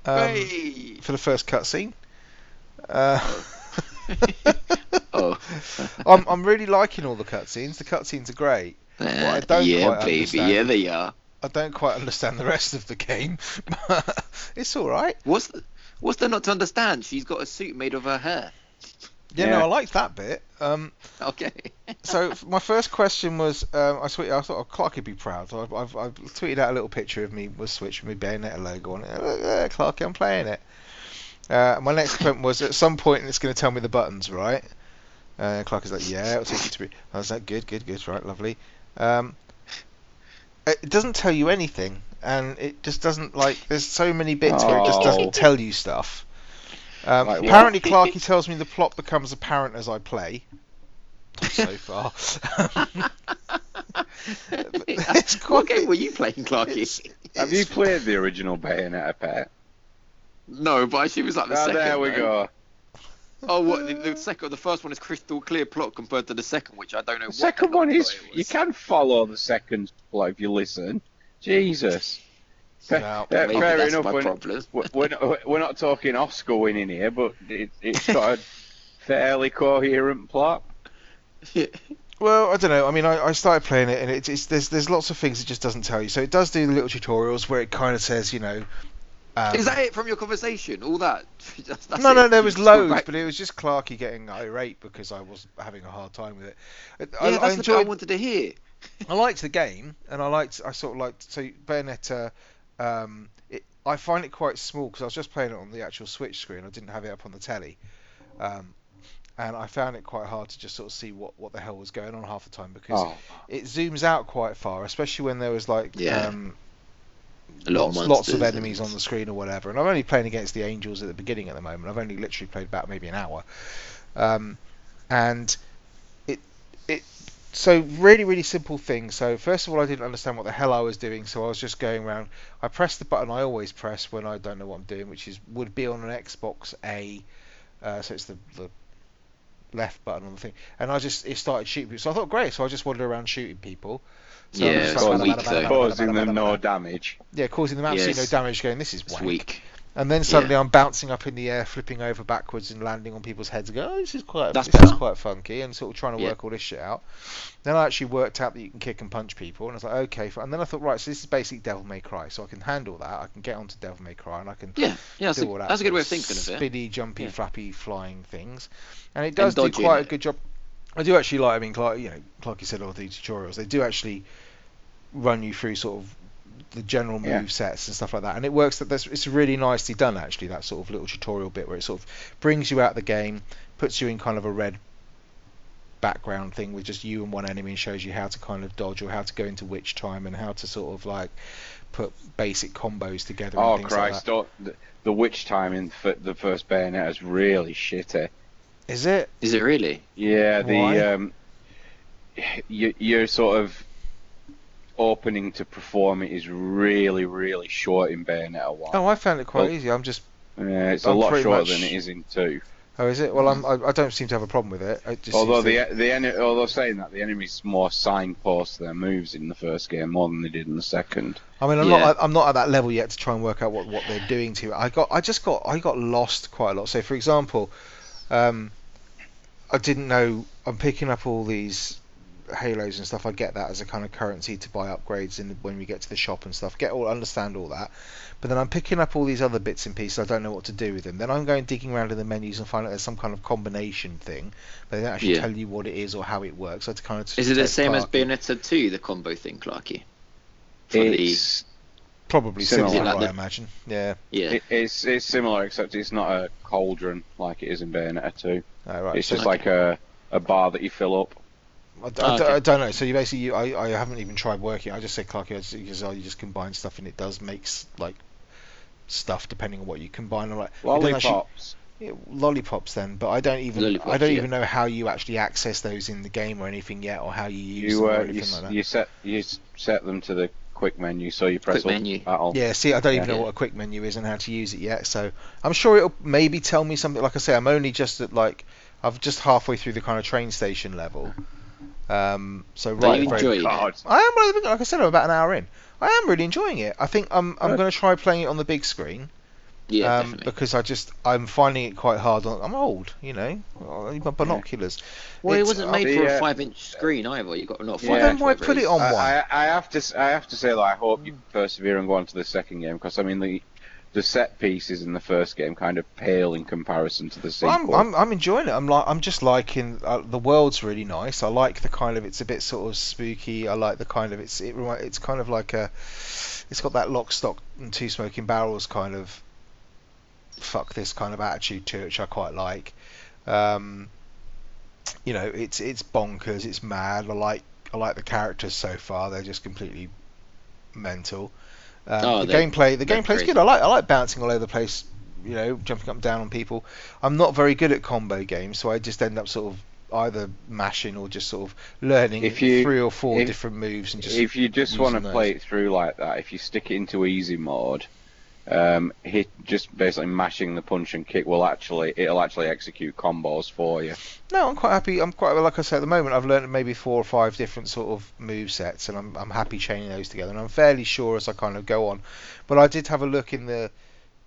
Um, hey. For the first cutscene. Uh, Oh. I'm I'm really liking all the cutscenes. The cutscenes are great. I don't Uh, yeah, quite baby. understand. Yeah, they are. I don't quite understand the rest of the game, but it's all right. What's what's there not to understand? She's got a suit made of her hair. Yeah, Yeah. no, I like that bit. Um, Okay. so f- my first question was, um, I tweeted, I thought oh, Clark would be proud. So I've, I've, I've tweeted out a little picture of me with Switch with my Bayonetta logo on it. Look, look, Clark, I'm playing it. Uh, my next point was, at some point it's going to tell me the buttons, right? Uh, Clark is like, yeah, it'll take you to be. I was like, good, good, good, right, lovely. Um, it it doesn't tell you anything, and it just doesn't like. There's so many bits where it just Oh. doesn't tell you stuff. Um, Like what? apparently, Clarky tells me the plot becomes apparent as I play. So far, it's quite- what game were you playing, Clarky? Have you played the original Bayonetta, Pet? No, but she was like the Ah, Oh, second. there we though. go. Oh, what the, the second, the first one is crystal clear plot compared to the second, which I don't know. The what second plot one is it was. you can follow the second plot if you listen. Jesus. Fa- No. yeah, Maybe fair that's enough. my We're, problem. we're- we're not, we're not talking Oscar winning here, but it, it's got a fairly coherent plot. Well, I don't know. I mean, I, I started playing it, and it, it's there's there's lots of things it just doesn't tell you. So it does do the little tutorials where it kind of says, you know. Um, Is that it from your conversation? All that? That's- that's no, no, it? there You was just go loads, back- but it was just Clarky getting irate because I was having a hard time with it. I, I Yeah, that's the bit I enjoyed wanted to hear. I liked the game, and I liked. I sort of liked. So Bayonetta, um, it, I find it quite small because I was just playing it on the actual Switch screen. I didn't have it up on the telly, um, and I found it quite hard to just sort of see what, what the hell was going on half the time because Oh, it zooms out quite far, especially when there was like Yeah. um, A lot lots, of lots of monsters enemies and- on the screen or whatever. And I'm only playing against the angels at the beginning at the moment. I've only literally played about maybe an hour, um, and it it so really really simple thing. So first of all, I didn't understand what the hell I was doing, so I was just going around. I pressed the button I always press when I don't know what I'm doing, which is would be on an Xbox A. Uh, so it's the, the left button on the thing, and I just it started shooting people. So I thought great, so I just wandered around shooting people. So I'm Yeah, just it's like, quite bada, weak bada, though. bada, bada, causing bada, them bada, no bada. damage. Yeah, causing them absolutely Yes. no damage. Going, this is It's wank. weak. And then suddenly I'm bouncing up in the air, flipping over backwards and landing on people's heads. and Go, oh, this is quite That's this is better. quite funky, and sort of trying to Yeah. work all this shit out. Then I actually worked out that you can kick and punch people, and I was like, okay. fi- And then I thought, right, so this is basically Devil May Cry, so I can handle that. I can get onto Devil May Cry, and I can Yeah, yeah, that's, do a, all that that's a good sort way of thinking of it. Spinny, jumpy, Yeah. flappy, flying things, and it does do dodging quite a it. good job. I do actually like. I mean, like you know, like you said, all the tutorials they do actually run you through sort of the general move Yeah. sets and stuff like that, and it works. That that's it's really nicely done actually. That sort of little tutorial bit where it sort of brings you out the game, puts you in kind of a red background thing with just you and one enemy and shows you how to kind of dodge or how to go into which time and how to sort of like put basic combos together and Oh things like Christ! Don't, the, the witch time in f- the first bayonet is really shitty. that. Is it? Is it really? Yeah, the Why? um, you, your sort of opening to perform it is really, really short in Bayonetta one. Oh, I found it quite Well- easy. I'm just. Yeah, it's a I'm lot pretty shorter much- than it is in two. Oh, is it? Well, I'm, I, I don't seem to have a problem with it. it just seems Although to- the the ene- although saying that the enemies more signpost their moves in the first game more than they did in the second. I mean, I'm Yeah. not I'm not at that level yet to try and work out what, what they're doing to. I got I just got I got lost quite a lot. So for example, um, I didn't know I'm picking up all these halos and stuff. I get that as a kind of currency to buy upgrades in the, when we get to the shop and stuff. Get all understand all that, but then I'm picking up all these other bits and pieces. I don't know what to do with them. Then I'm going digging around in the menus and find out there's some kind of combination thing, but they don't actually Yeah. tell you what it is or how it works. I had to kind of Is it the same as being Bayonetta 2, the combo thing, Clarky? For the, It's probably similar. similar? Like I the- imagine. Yeah. yeah. it, it's it's similar except it's not a cauldron like it is in Bayonetta two. Oh, right. It's so- just like a a bar that you fill up. I, d- Oh, I d- okay. I don't know. So you basically, you, I, I haven't even tried working. I just said Clarky I just- because oh, you just combine stuff and it does makes like stuff depending on what you combine. I'm like, it doesn't actually- Lollipops. yeah, lollipops then, but I don't even I Lollipops, don't yeah. even know how you actually access those in the game or anything yet, or how you use You them uh, or you, anything s- like that. you set you s- set them to the quick menu, so you press Quick up menu. battle. Yeah, see, I don't even Yeah. know what a quick menu is and how to use it yet, so I'm sure it'll maybe tell me something. Like I say, I'm only just at like I'm just halfway through the kind of train station level. Um, so But right, you very enjoy it. God. I am really, like I said, I'm about an hour in. I am really enjoying it. I think I'm I'm Good. going to try playing it on the big screen Yeah, um, definitely. because I just I'm finding it quite hard. On, I'm old, you know. I need my binoculars. Well, it it's- wasn't uh, made for the, a uh, five-inch screen either. You got not five. Well, then why put it on Mm. I, one? I, I have to s- I have to say that I hope you persevere and go on to the second game because I mean the the set pieces in the first game kind of pale in comparison to the Well, sequel. I'm, I'm, I'm enjoying it. I'm like I'm just liking uh, the world's really nice. I like the kind of it's a bit sort of spooky. I like the kind of it's it remi- it's kind of like a it's got that lock stock and two smoking barrels kind of fuck this kind of attitude to it, which I quite like. Um, you know, it's it's bonkers. It's mad. I like I like the characters so far. They're just completely mental. Um, Oh, the they're- gameplay the they're gameplay's crazy. good. I like I like bouncing all over the place. You know, jumping up and down on people. I'm not very good at combo games, so I just end up sort of either mashing or just sort of learning If you- three or four if- different moves and just if you just using want to those. play it through like that, if you stick it into easy mode, um, hit just basically mashing the punch and kick will actually it'll actually execute combos for you. No, I'm quite happy. I'm quite like I say at the moment. I've learned maybe four or five different sort of move sets, and I'm I'm happy chaining those together. And I'm fairly sure as I kind of go on. But I did have a look in the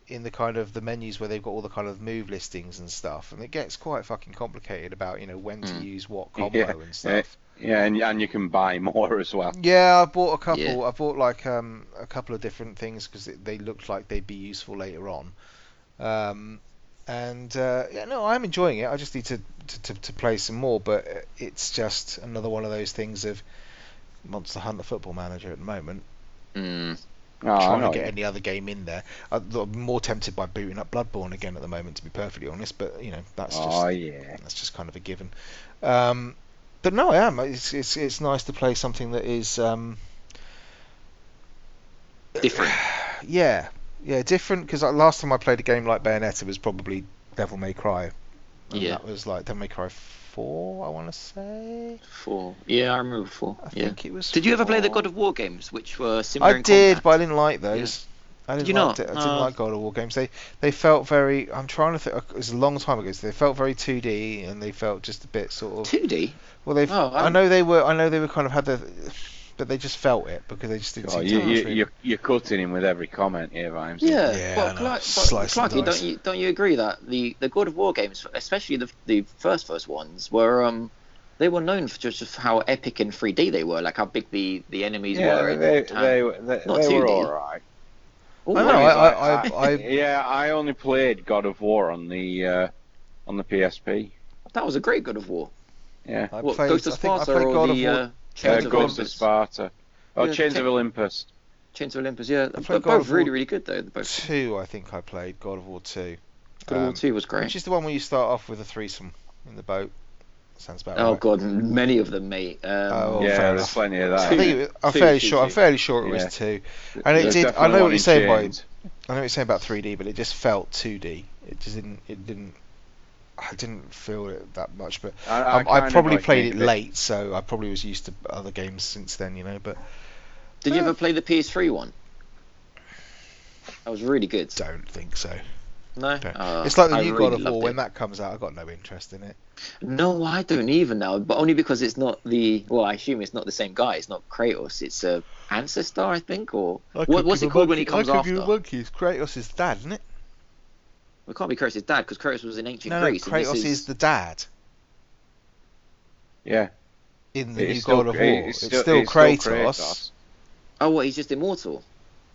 in the kind of the menus where they've got all the kind of move listings and stuff, and it gets quite fucking complicated about you know when to Mm. use what combo Hmm. Yeah, and stuff. Yeah, and and you can buy more as well. Yeah, I bought a couple. Yeah. I bought like um, a couple of different things because they looked like they'd be useful later on. Um, and uh, yeah, no, I'm enjoying it. I just need to, to, to, to play some more, but uh, it's just another one of those things of Monster Hunter Football Manager at the moment. Mm, Oh, I trying know. to get any other game in there. I- I'm more tempted by booting up Bloodborne again at the moment, to be perfectly honest. But you know, that's just oh yeah. that's just kind of a given. Um, but no, I am. It's, it's it's nice to play something that is um, different. yeah, yeah, different. Because last time I played a game like Bayonetta was probably Devil May Cry. And Yeah. That was like Devil May Cry four, I want to say. Four. Yeah, I remember four. I yeah. think it was. Did you ever play the four. God of War games, which were similar? I in did, but combat? I didn't like those. I didn't you like not? it. I didn't Oh. like God of War games. They they felt very. I'm trying to think. It was a long time ago. So they felt very 2D and they felt just a bit sort of. 2D. Well, they've. Oh, I I'm- know they were. I know they were kind of had the. but they just felt it because they just didn't Oh, see you, too much you, really. you're, you're cutting him with every comment here, Vimes. Yeah, Yeah, I but, know. Clark, but Slice and dice. Clarky, don't you don't you agree that the, the God of War games, especially the the first first ones, were um they were known for just for how epic in 3D they were, like how big the, the enemies Yeah, were. and they, how- they, were- they, Not they were 2D. alright. Ooh, I know, wow. I- I- I- I- yeah, I only played God of War on the uh, on the PSP. that was a great God of War. Yeah, I What, played, Ghost I of think I Sparta played or God the of War. uh, uh, Chains of Ghost of Olympus? Sparta. Oh, Yeah, Chains of Cha- Olympus. Chains of Olympus, yeah. played They're God both of War- really, really good though. They're both Two, I think I played God of War Two. God of War Um, 2 was great. Which is the one where you start off with a threesome in the boat. Sounds about Oh right. god, many of them, mate. uh, Um, Oh, yeah, fair there's enough. plenty of I that. think it, I'm Two, fairly two, sure. I'm two. fairly sure it Yeah. was two. And it There's did- I definitely know what one you're in saying, Boyd. Chains. I know it's saying about 3D, but it just felt 2D. It just didn't. It didn't. I didn't feel it that much, but I, um, I, kinda probably like played it, it but- late, so I probably was used to other games since then, you know. But Did you ever play the PS3 one? That was really good. don't think so. No, Don't. Uh, it's like the I new really God of War. loved When it. that comes out, I got no interest in it. No, I don't even now, but only because it's not the. Well, I assume it's not the same guy. It's not Kratos. It's a ancestor, I think, or what, what's it called when he comes I after? could be a monkey. It's Kratos' dad, isn't it? It can't be Kratos' dad because Kratos was in ancient No, no, Greece. and this Kratos is... the dad Yeah, in the it's new still God of War. Kra- It's, still it's Kratos. Kratos. Oh, what? He's just immortal.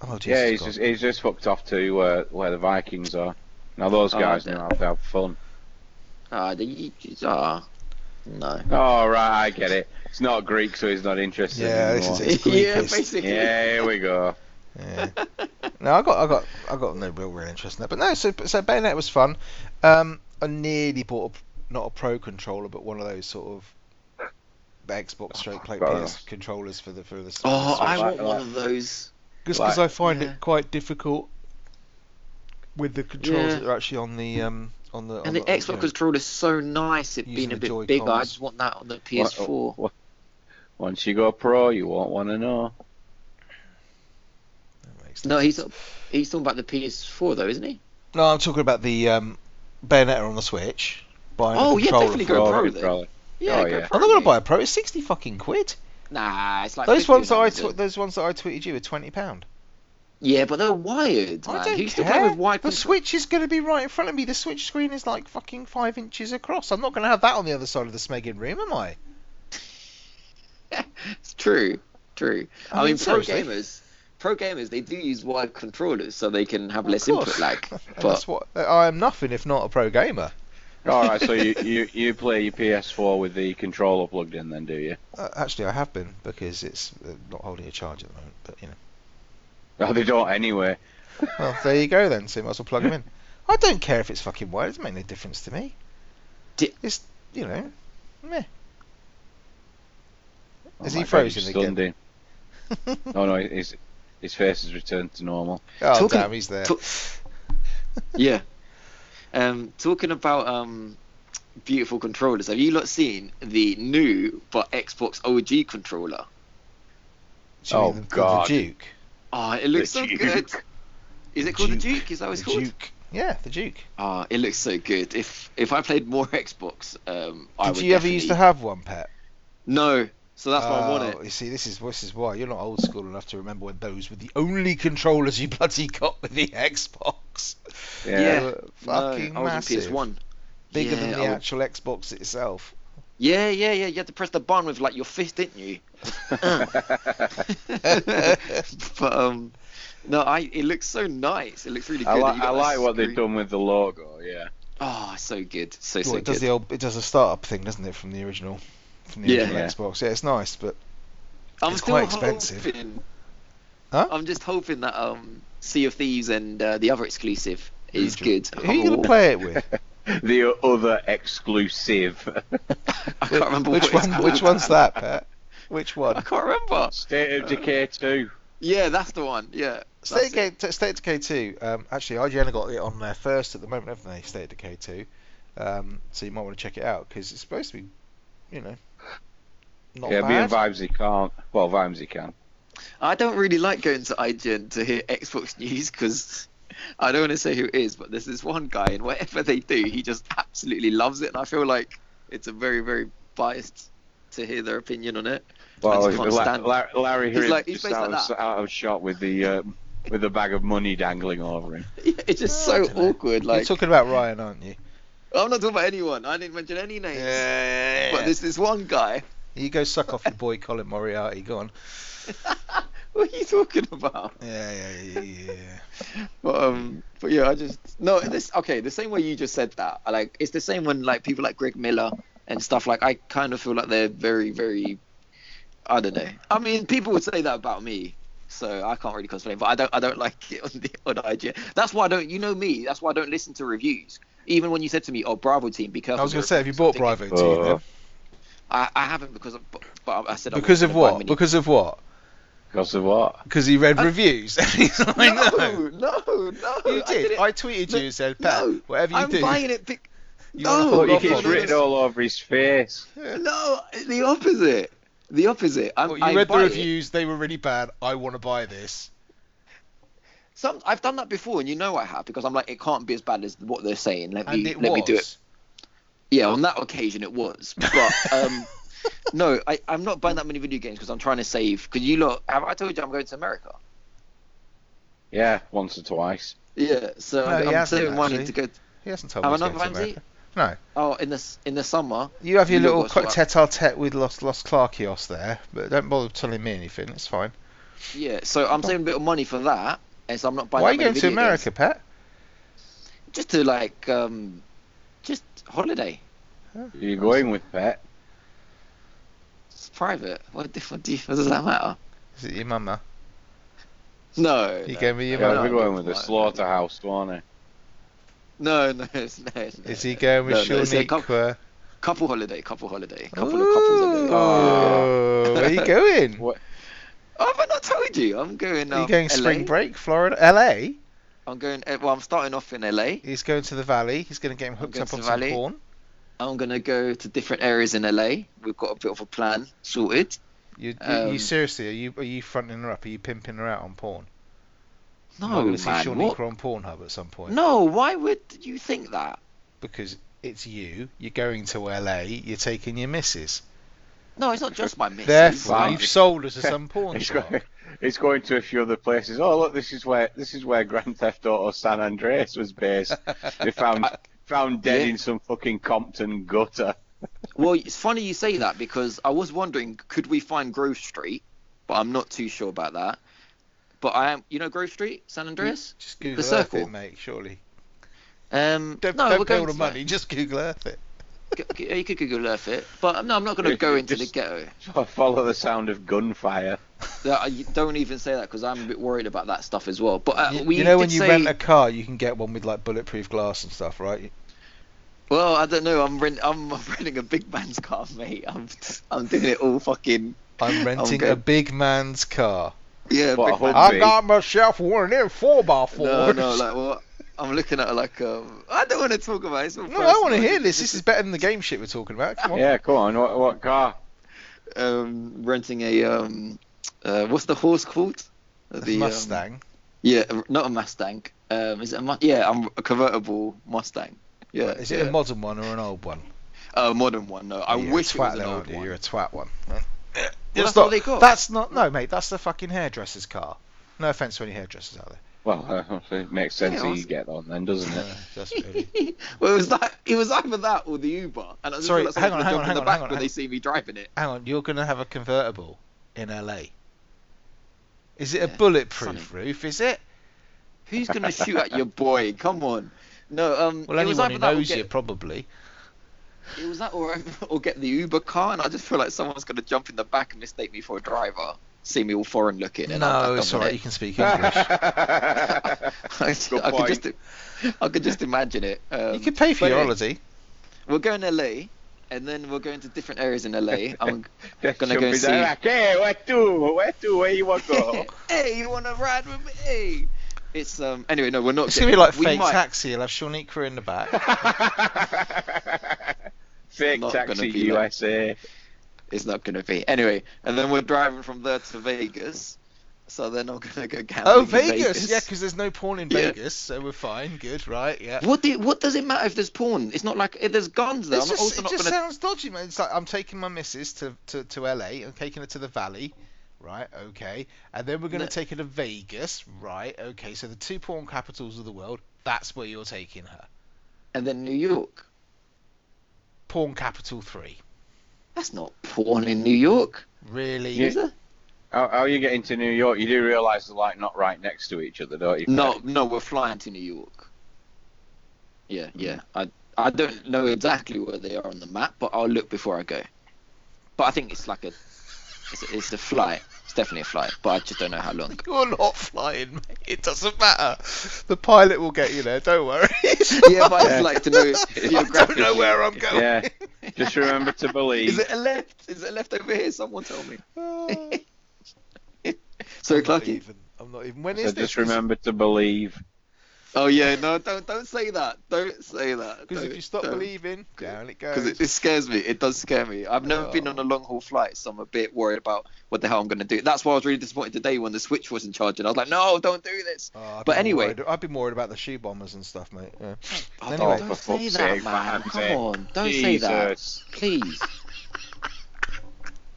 Oh, Jesus Yeah, he's God. just he's just fucked off to uh, where the Vikings are. Now those Oh, guys okay. know how to have fun. Ah, the you- you- ah, no. Oh right, I get it. It's not Greek, so he's not interested. Yeah, this anymore. is it. It's Greek, yeah, it's- basically. Yeah, here we go. Yeah. no, I got, I got, I got no real, real interest in that. But no, so so Bayonet was fun. Um, I nearly bought a, not a pro controller, but one of those sort of Xbox straight plate fair PS enough. controllers for the for the. Oh, I Like- want one like- of those. because like- I find yeah. it quite difficult with the controls Yeah. that are actually on the um on the. on And the on, Xbox you know, controller's so nice. It Using being a the bit Joy-Cons. oh. bigger, I just want that on the PS4. Wha- wha- Once you go pro, you won't want to know. that makes No, sense. he's he's talking about the PS4 though, isn't he? No, I'm talking about the um, Bayonetta on the Switch. Buying Oh, a yeah, controller definitely for go it. pro Probably, then. probably. Yeah, Oh, go yeah. for I'm it, not gonna mate. buy a pro. It's sixty fucking quid. Nah, it's like Those 50 ones that I Amazon. tw- those ones that I tweeted you were twenty pound. Yeah, but they're wired, man. I don't Who's still playing care. with wired the controls? switch is going to be right in front of me. The switch screen is like fucking five inches across. I'm not going to have that on the other side of the smegging room, am I? It's true, true. I I, mean, mean, pro seriously. gamers, pro gamers, they do use wired controllers so they can have Of less course. input lag. And But that's what I am nothing if not a pro gamer. All right, so you, you you play your PS4 with the controller plugged in, then do you? Uh, actually, I have been because it's uh, not holding a charge at the moment. But you know, Oh, they don't anyway. well, there you go then. So you might as well plug them in. I don't care if it's fucking wired. It doesn't make no difference to me. Di- It's you know, meh. Oh Is my he God, frozen you've again? stunned him. No, no, his his face has returned to normal. oh Talking- damn, he's there. to- yeah, um, talking about um, beautiful controllers, have you lot seen the new but Xbox OG controller? Do you mean Oh, the, the God. Duke. Oh, it looks so Duke. good. Is it called the Duke. Duke? Is that what it's The called? Duke. Yeah, the Duke. Ah, it looks so good. If if I played more Xbox, um, I Did would. you ever used to definitely- have one, Pet? No, so that's why I want Oh, it. You see, this is this is why you're not old school enough to remember when those were the only controllers you bloody got with the Xbox. Yeah. They Yeah. were fucking No, I was in massive. PS1. Bigger Yeah, than the I was- actual Xbox itself. Yeah, yeah, yeah. You had to press the button with like your fist, didn't you? but um, no, I. It looks so nice. It looks really good. I, that li- you got I that like what they've screen. done with the logo. Yeah. Oh, so good, so Well, so it does good. the old, it does a startup thing, doesn't it, from the original, from the Yeah. original Yeah. Xbox? Yeah, it's nice, but I'm it's still quite expensive. hoping- Huh? I'm just hoping that um, Sea of Thieves and uh, the other exclusive is good. who are you going Oh, to play it with? The other exclusive I can't remember which what it's one? called. Which one's that, Pet? Which I one? can't remember. State of Decay 2. Yeah, that's the one. Yeah. State of, K, State of Decay 2. Um, actually, IGN have got it on there first at the moment, haven't they? State of Decay 2. Um, so you might want to check it out because it's supposed to be, you know, not yeah, me and bad. Vimesy can't. Well, Vimesy can. I don't really like going to IGN to hear Xbox news because I don't want to say who it is, but there's this one guy, and whatever they do, he just absolutely loves it, and I feel like it's a very, very biased to hear their opinion on it. Well, I just can't La- stand- La- Larry He's He's like- he's just based out, like of, out of shot with the um, with a bag of money dangling over him. It's just I so dunno. awkward. You're Like talking about Ryan, aren't you? I'm not talking about anyone. I didn't mention any names. yeah, But there's this one guy. You go suck off your boy Colin Moriarty. Go on. what are you talking about? Yeah, yeah, yeah, yeah. But um, but yeah, I just no. This okay. The same way you just said that. I like it's the same when like people like Greg Miller and stuff. Like I kind of feel like they're very, very. I don't know. I mean, people would say that about me, so I can't really complain. But I don't. I don't like it on the on IGN. That's why I don't. You know me. That's why I don't listen to reviews. Even when you said to me, "Oh, Bravo team, be careful." I was with gonna your say, have you reviews," I'm bought thinking, Bravo to you then? Uh, I, I haven't because of, but, but I said I Because wasn't of gonna buy what? many- Because of what? Because of what? Because he read I- reviews. And he's like, no. Uh, no, no, no. You did. didn't- I, tweeted No, you and said, Pat, no, whatever you I'm do, buying it. Be- you no. wanna Look, hold you off keep it's on reading it. written all over his face. No, the opposite. The opposite. I'm, Well, I you read the buy it. reviews, they were really bad. I want to buy this. Some I've done that before, and you know I have because I'm like, it can't be as bad as what they're saying. Let And me it let was. me do it. Yeah, on that occasion it was, but um, no, I, I'm not buying that many video games because I'm trying to save. Because you look, have I told you I'm going to America? Yeah, once or twice. Yeah, so No, I'm, he I'm hasn't, saving money actually. to go. He hasn't told Have me I he's not, going to Ramsey? America. No. Oh, in the s- in the summer. You have your You little got swat. tete-a-tete with Los, Los Clarkios there, but don't bother telling me anything. It's fine. Yeah, so I'm saving a bit of money for that, and so I'm not buying. Oh. Why are that you going many to video games. America, Pat? Just to like, um, just holiday. Who you going with, Pet? It's private. What, dif- what, do you- what does that matter? Is it your mama? No. You no. going with your Yeah, Yeah, mama? we're no, going with the no. slaughterhouse, aren't No, no, it's, no, it's no. Is he going with Uh, No, no, Sean it's a couple- Equa? Couple holiday, couple holiday, couple of couples Oh. Ooh, holiday. Oh, Where are you going? What- Oh, have I not told you? I'm going. Um, Are you going LA. spring break, Florida? LA? I'm going. eh, Well, I'm starting off in LA. He's going to the Valley. He's going to get him hooked going up to on the some Valley. porn. I'm gonna go to different areas in LA. We've got a bit of a plan sorted. You, you, you Um, seriously? Are you are you fronting her up? Are you pimping her out on porn? No, Am I going to see Oh, man. Sean what? Equa on Pornhub at some point? No, why would you think that? Because it's you. You're going to LA. You're taking your missus. No, it's not just my missus. Therefore, Wow. you've sold her to some he? porn He's shop. going, he's going to a few other places. Oh, look, this is where this is where Grand Theft Auto San Andreas was based. They found found dead Yeah. in some fucking Compton gutter. Well, it's funny you say that because I was wondering could we find Grove Street, but I'm not too sure about that. But I am, you know, Grove Street, Mm-hmm. San Andreas. Just Google Earth circle. it, mate. Surely. Um, Don't, no, we're don't pay going all the to- money. Just Google Earth it. G- g- You could Google Earth it, but um, no, I'm not going to go into Just- the ghetto. Follow the sound of gunfire. No, I- you Don't even say that because I'm a bit worried about that stuff as well. But uh, You, we you know did when you say, rent a car, you can get one with like bulletproof glass and stuff, right? well, I don't know. I'm rent, I'm, I'm renting a big man's car, mate. I'm I'm doing it all fucking I'm renting go- a big man's car. yeah. What, big a man. Could whole- be. myself one of them four by No, no, like what? I'm looking at it like um, I don't want to talk about it. It's all No, I want to personal. hear this. This is better than the game shit we're talking about. Come on. Yeah, come on. What, what car? um, renting a um, uh, what's the horse called? That's The, um, Mustang. yeah, not a Mustang. Um, is it a mu- yeah? I'm a convertible Mustang. Yeah, Is it yeah. a modern one or an old one? a modern one? No, I You're a wish it twat was an then, old aren't you? one. You're a twat one. not, that's what they got. That's not. No, mate. That's the fucking hairdresser's car. No offense to any hairdressers out there. Well, uh, it makes sense Yeah, that you get on then, doesn't it? No, that's really. well, it was that. It was either that or the Uber. And I just Sorry, feel like hang on, someone's hang gonna on, jump hang in the on, back hang on, when hang- they see me driving it. Hang on. You're gonna have a convertible in LA. Is it a Yeah, bulletproof roof? Is it? Who's gonna shoot at your boy? Come on. No, um, Well, it anyone was either who that or knows get, you probably. It was that or or get the Uber car, and I just feel like someone's gonna jump in the back and mistake me for a driver, see me all foreign looking. And I'm, No, it's alright. You can speak English. I, I Good could point. just, I could just imagine it. Um, you could pay for but your yeah, holiday. We're going to LA, and then we're going to different areas in LA. I'm Just gonna go jumping see. there like, hey, where to? Where to? Where you want to go? hey, you want to ride with me? Hey. It's um. Anyway, no, we're not. It's gonna be getting- like we fake might- taxi. You'll have Shauniqua in the back. Fake Not gonna taxi be USA. It's not gonna be. Anyway, and then we're driving from there to Vegas, so they're not gonna go gambling. Oh, in Vegas! Yeah, 'cause Vegas. Yeah, because there's no porn in Yeah. Vegas, so we're fine. Good, right? Yeah. What do, what does it matter if there's porn? It's not like if there's guns there. It's I'm just, also it not just gonna. sounds dodgy, man. It's like I'm taking my missus to, to, to LA. I'm taking her to the Valley, right? Okay, and then we're going to No. take her to Vegas, right? Okay, so the two porn capitals of the world. That's where you're taking her. And then New York. Porn capital three. That's not porn in New York, Really? Yeah. is there? How, how are you getting to New York? You do realise they're like not right next to each other, don't you? No, no, we're flying to New York. Yeah, yeah. I I don't know exactly where they are on the map, but I'll look before I go. But I think it's like a it's a, it's a flight. It's definitely a flight, but I just don't know how long. You're not flying, mate. It doesn't matter. The pilot will get you there. Don't worry. Yeah, but I'd just like to know I don't know geographically. where I'm going. Yeah. Just remember to believe. Is it a left? Is it a left over here? Someone tell me. Oh. Sorry, I'm not Clarky. even. I'm not even. When So is this? just remember to believe. Oh yeah, no, don't don't say that. Don't say that. Because if Don't- you stop don't. believing, down it goes. because it, it scares me. It does scare me. I've never been on a long haul flight, so I'm a bit worried about what the hell I'm going to do. That's why I was really disappointed today when the Switch wasn't charging. I was like, no, don't do this. Oh, I've But been anyway- worried- I've been worried about the shoe bombers and stuff, mate. Yeah. Oh, Anyway. don't for say fuck's that, sake, man. for Come heaven's on, don't sake. say that, Jesus. please.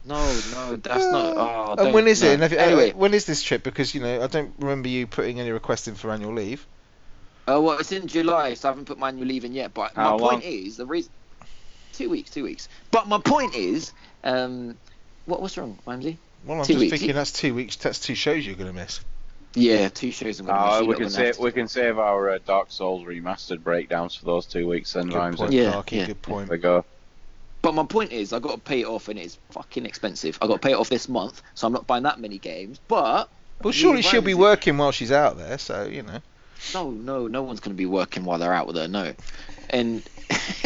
No, no, that's not. Oh, and don't- when is no. it? And have you- anyway, uh, when is this trip? Because you know, I don't remember you putting any request in for annual leave. Oh well, it's in July, so I haven't put my annual leave in yet. But my How long? point is the reason. Two weeks, two weeks. But my point is, um, what what's wrong, Ramsey? Well, I'm Two just weeks. thinking that's two weeks. That's two shows you're going to miss. Yeah, two shows. I'm gonna miss. Oh, You're we not gonna can have save to- we can save our uh, Dark Souls remastered breakdowns for those two weeks then, Good Rhymes. point, There Yeah, Clarky, yeah. Good point. we go. But my point is, I got to pay it off, and it's fucking expensive. I got to pay it off this month, so I'm not buying that many games. But Well, surely she'll be Ramsey- working while she's out there, so you know. no, no, no one's going to be working while they're out with her. No, and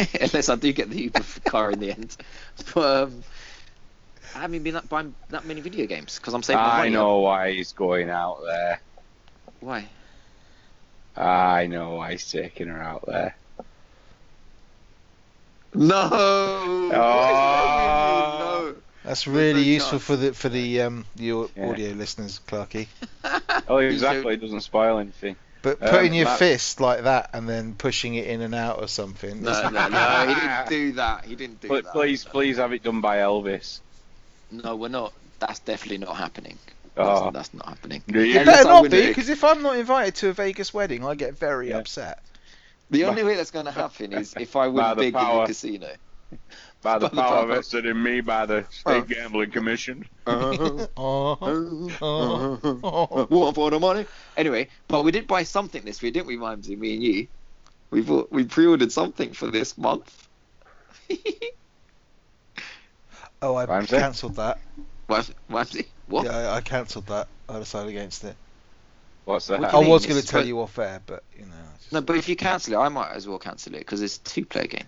unless I do get the Uber car in the end. But um, I haven't been that buying that many video games because I'm saving my I money. know why he's going out there. Why? I know why he's taking her out there. No. Oh. No. That's no really useful chance. for the for the um your Yeah. audio listeners, Clarky. Oh, exactly. It doesn't spoil anything. But Um, putting your that- fist like that and then pushing it in and out or something. No, no, no, he didn't do that. He didn't do But that. please, please have it done by Elvis. No, we're not. That's definitely not happening. That's, Oh, that's not happening. Do you? It Unless better I not win be, it. because if I'm not invited to a Vegas wedding, I get very Yeah. upset. The only way that's going to happen is if I By win the big in the power. casino. by the by the power power. vested in me by the State Gambling Commission. Uh-huh. Oh, oh, oh. One for the money. Anyway, but we did buy something this week, didn't we, Mimesy? Me and you. We bought, we pre-ordered something for this month. Oh, I Rhymes there. cancelled that. Mimesy, Mimesy, what? Yeah, I, I cancelled that. I decided against it. What's What that? Oh, do I you mean, was going to it's tell sp- you off air, but you know, I just, No, but if you cancel it, I might as well cancel it because it's a two-player game.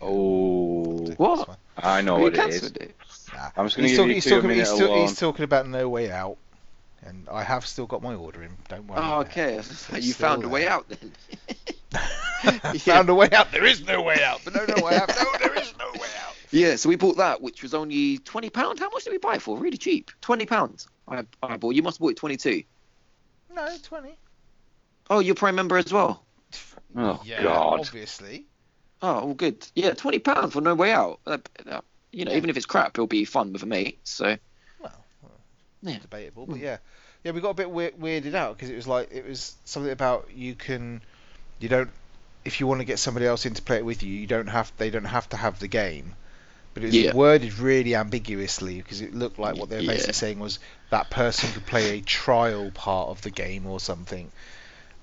Oh, What? it's fine. I know you what it is. cancelled it. Nah. I'm just going to He's, give talk, you he's, two talking, minute he's, still- alone. he's talking about no way out, and I have still got my order in. Don't worry. Oh, about it. okay. you still found a there. way out then. Found a way out. There is no way out. But no, no way out. No, there is no way out. Yeah, so we bought that, which was only twenty pound. How much did we buy it for? Really cheap, twenty pounds. I, I bought. You must have bought it twenty-two. No, twenty. Oh, you're prime member as well. Oh, yeah, God. Obviously. Oh, all good. Yeah, twenty pounds for no way out. Uh, uh, you know, even if it's crap, it'll be fun with a mate. So debatable, Hmm. but yeah, yeah, we got a bit weir- weirded out because it was like it was something about you can, you don't, if you want to get somebody else in to play it with you, you don't have they don't have to have the game, but it was Yeah. worded really ambiguously because it looked like what they were Yeah. basically saying was that person could play a trial part of the game or something.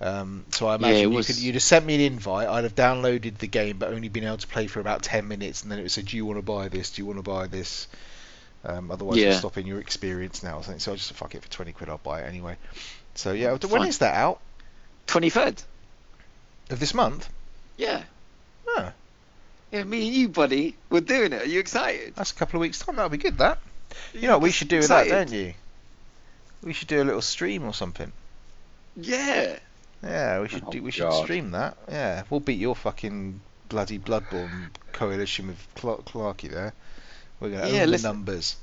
Um, so I Yeah, imagine it you was- could, you'd have sent me an invite. I'd have downloaded the game, but only been able to play for about ten minutes, and then it would say, "Do you want to buy this? Do you want to buy this?" Um, otherwise, Yeah. we're stopping your experience now. or something. So I just fuck it for twenty quid. I'll buy it anyway. So yeah, when is Mm, Fine. that out twenty-third. of this month? Yeah. Oh, Yeah, me and you, buddy, we're doing it. Are you excited? that's a couple of weeks time. That'll be good. That you know what we should do with that, Excited. don't you? We should do a little stream or something. Yeah. Yeah, we should Oh, do. We should God. stream that. Yeah, we'll beat your fucking bloody Bloodborne coalition with Clark Clarky there. We're gonna Yeah, own listen- the numbers.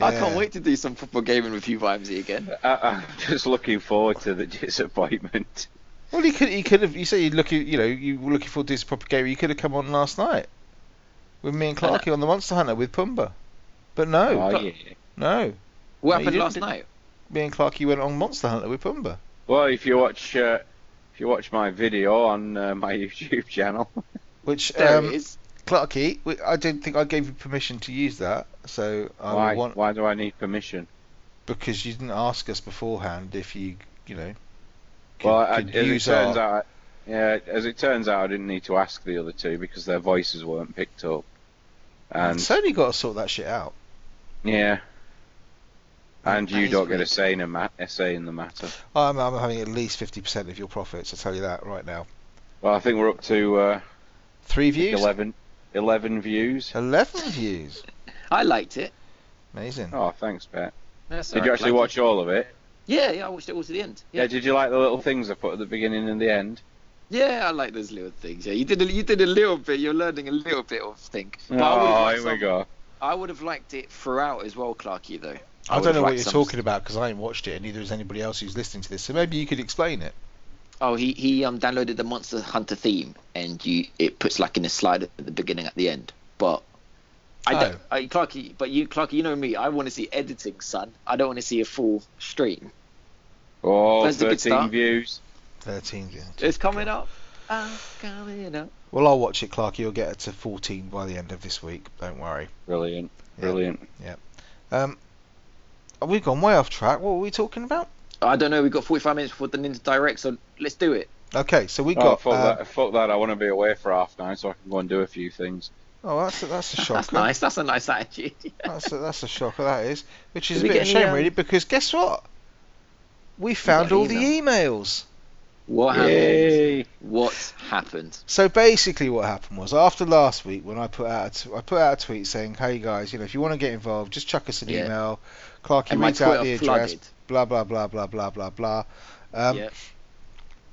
I Yeah. Oh, can't wait to do some football gaming with you, Vimesy, again. I, I'm just looking forward to the disappointment. Well, he could. He could have. You say you looking. You know, you were looking forward to this proper game. You could have come on last night with me and I know. Clarky on the Monster Hunter with Pumba. But no, Oh, Cla- yeah. no. What No, you happened didn't, Um, last didn't night? Me and Clarky went on Monster Hunter with Pumba. Well, if you watch, uh, if you watch my video on uh, my YouTube channel, Which There um, it is. Clarky, we- I don't think I gave you permission to use that. So I why, want why do I need permission? because you didn't ask us beforehand if you you know. Could, well, I, could as it use turns our- out, yeah, as it turns out, I didn't need to ask the other two because their voices weren't picked up, and Sony got to sort that shit out. yeah, and That you is don't get a weird. say in a, ma- a say in the matter. I'm, I'm having at least 50% of your profits. I tell you that right now. Well, I think we're up to uh, Three views, 11, 11 views. 11 views. I liked it. Amazing. Oh, thanks, Pat. That's Did all you right, actually liked watch all of it? it. Yeah, yeah, I watched it all to the end. Yeah. Yeah, Did you like the little things I put at the beginning and the end? yeah, I like those little things. Yeah, you did a, you did a little bit. You're learning a little bit of thing. But I would've oh, liked here we some- go. I would have liked it throughout as well, Clarky. Though I would've don't know what liked you're some- talking about because I ain't watched it, and neither is anybody else who's listening to this. So maybe you could explain it. Oh, he he um downloaded the Monster Hunter theme, and you it puts like in a slider at the beginning, at the end. But I don't, Oh. I, Clarky, but you Clarky, you know me. I want to see editing, son. I don't want to see a full stream. Oh, That's a good 13 start. views. 13 views. It's coming up. I'm coming up. Well, I'll watch it, Clark. You'll get it to 14 by the end of this week. Don't worry. Brilliant. Yeah. Brilliant. Um, oh, we've gone way off track. What were we talking about? I don't know. We got 45 minutes before the Ninja Direct, so let's do it. Okay, so we oh, got. fuck, um, that, fuck that. I want to be away for half nine so I can go and do a few things. Oh, that's a, that's a shocker. That's nice. That's a nice attitude. That's a, that's a shocker. That is, which is Did a we bit get of a any, shame, um, really, because guess what? We found got an all the emails. What happened? Yay! What happened? So basically, what happened was after last week, when I put out a t- I put out a tweet saying, "Hey guys, you know, if you want to get involved, just chuck us an Yeah. email. Clarky And my reads out Twitter the address. flooded. Blah blah blah blah blah blah blah." Um, Yeah.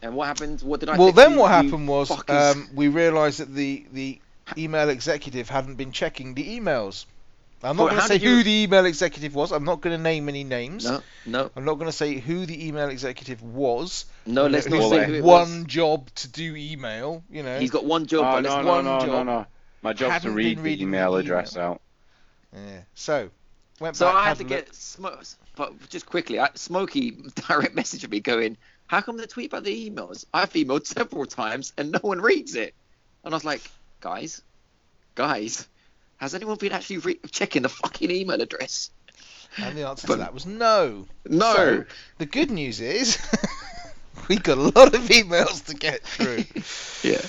And what happened? What did I? well, text then you, what you happened was fuckers? um, we realised that the the email executive hadn't been checking the emails. I'm not Well, going to how say did you- who the email executive was. I'm not going to name any names. no, no, I'm not going to say who the email executive was. no. Let's Who's not Well, say got who it one was. job to do email. You know. He's got one job, oh, but no, let's no, one no, no, job. no. My job's Hadn't to been read the reading the email address out. Yeah. So went So back. I had had to a get smokes, but just quickly, I, Smokey direct messaged me going, "How come the tweet about the emails? I've emailed several times and no one reads it." And I was like, "Guys, guys, has anyone been actually re- checking the fucking email address?" look, and the answer but- to that was no. No. So, the good news is we got a lot of emails to get through. yeah.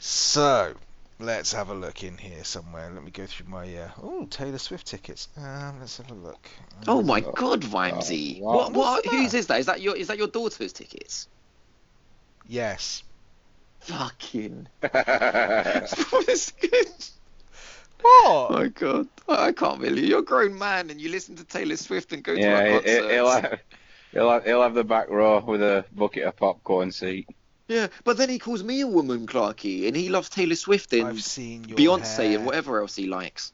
so let's have a look in here somewhere. Let me go through my uh, oh Taylor Swift tickets. Um, let's have a look. Oh my God, Vimesy. wow. what? What? What's Whose that? is that? Is that your? Is that your daughter's tickets? Yes. Fucking. I What is good? What? My God, I I can't believe you're a grown man and you listen to Taylor Swift and go yeah, to her he- he- concerts. he'll have, he'll, have, he'll have the back row with a bucket of popcorn seat. Yeah, but then he calls me a woman, Clarky, and he loves Taylor Swift I've and seen your Beyonce hair. and whatever else he likes.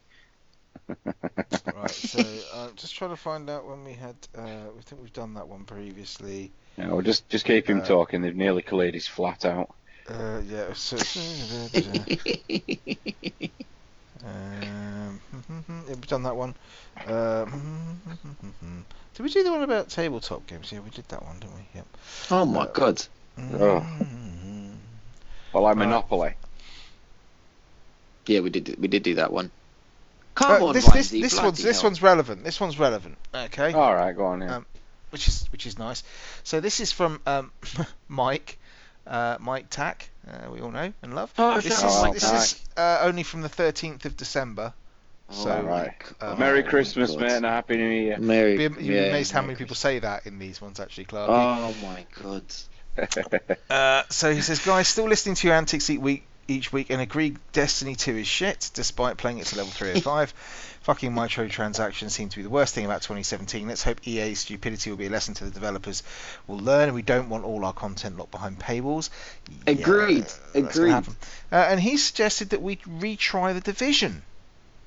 Right, so uh, just trying to find out when we had. Uh, I think we've done that one previously. You know, just just keep him Uh, talking. They've nearly cleared his flat out. Uh, yeah. So, um, yeah, we've done that one. Um, did we do the one about tabletop games? Yeah, we did that one, didn't we? Yep. Mm-hmm. oh my No. God. Oh. Well, like Monopoly. Yeah, we did. We did do that one. Uh, Come on, this this, Vimesy, this bloody one's this hell. one's relevant. This one's relevant. Okay. Oh. All right, go on. Yeah. Um, which is which is nice. So this is from um, Mike, uh, Mike Tack. Uh, we all know and love. Oh, this shout is out this Mike. is uh, only from the 13th of December. So Oh my Right. God. Merry Oh my Christmas, God. mate, and a happy New Year. Merry. Be, you'd yeah, be amazed how Merry many people say that in these ones, actually, Clark. Christmas. Oh my God. Uh, so he says, guys, still listening to your antics each week, each week, and agree Destiny 2 is shit, despite playing it to level 305. Fucking microtransactions seem to be the worst thing about 2017. Let's hope EA's stupidity will be a lesson to the developers. We'll learn, and we don't want all our content locked behind paywalls. Yeah, Agreed. that's gonna Agreed. happen. Uh, and he suggested that we retry the division.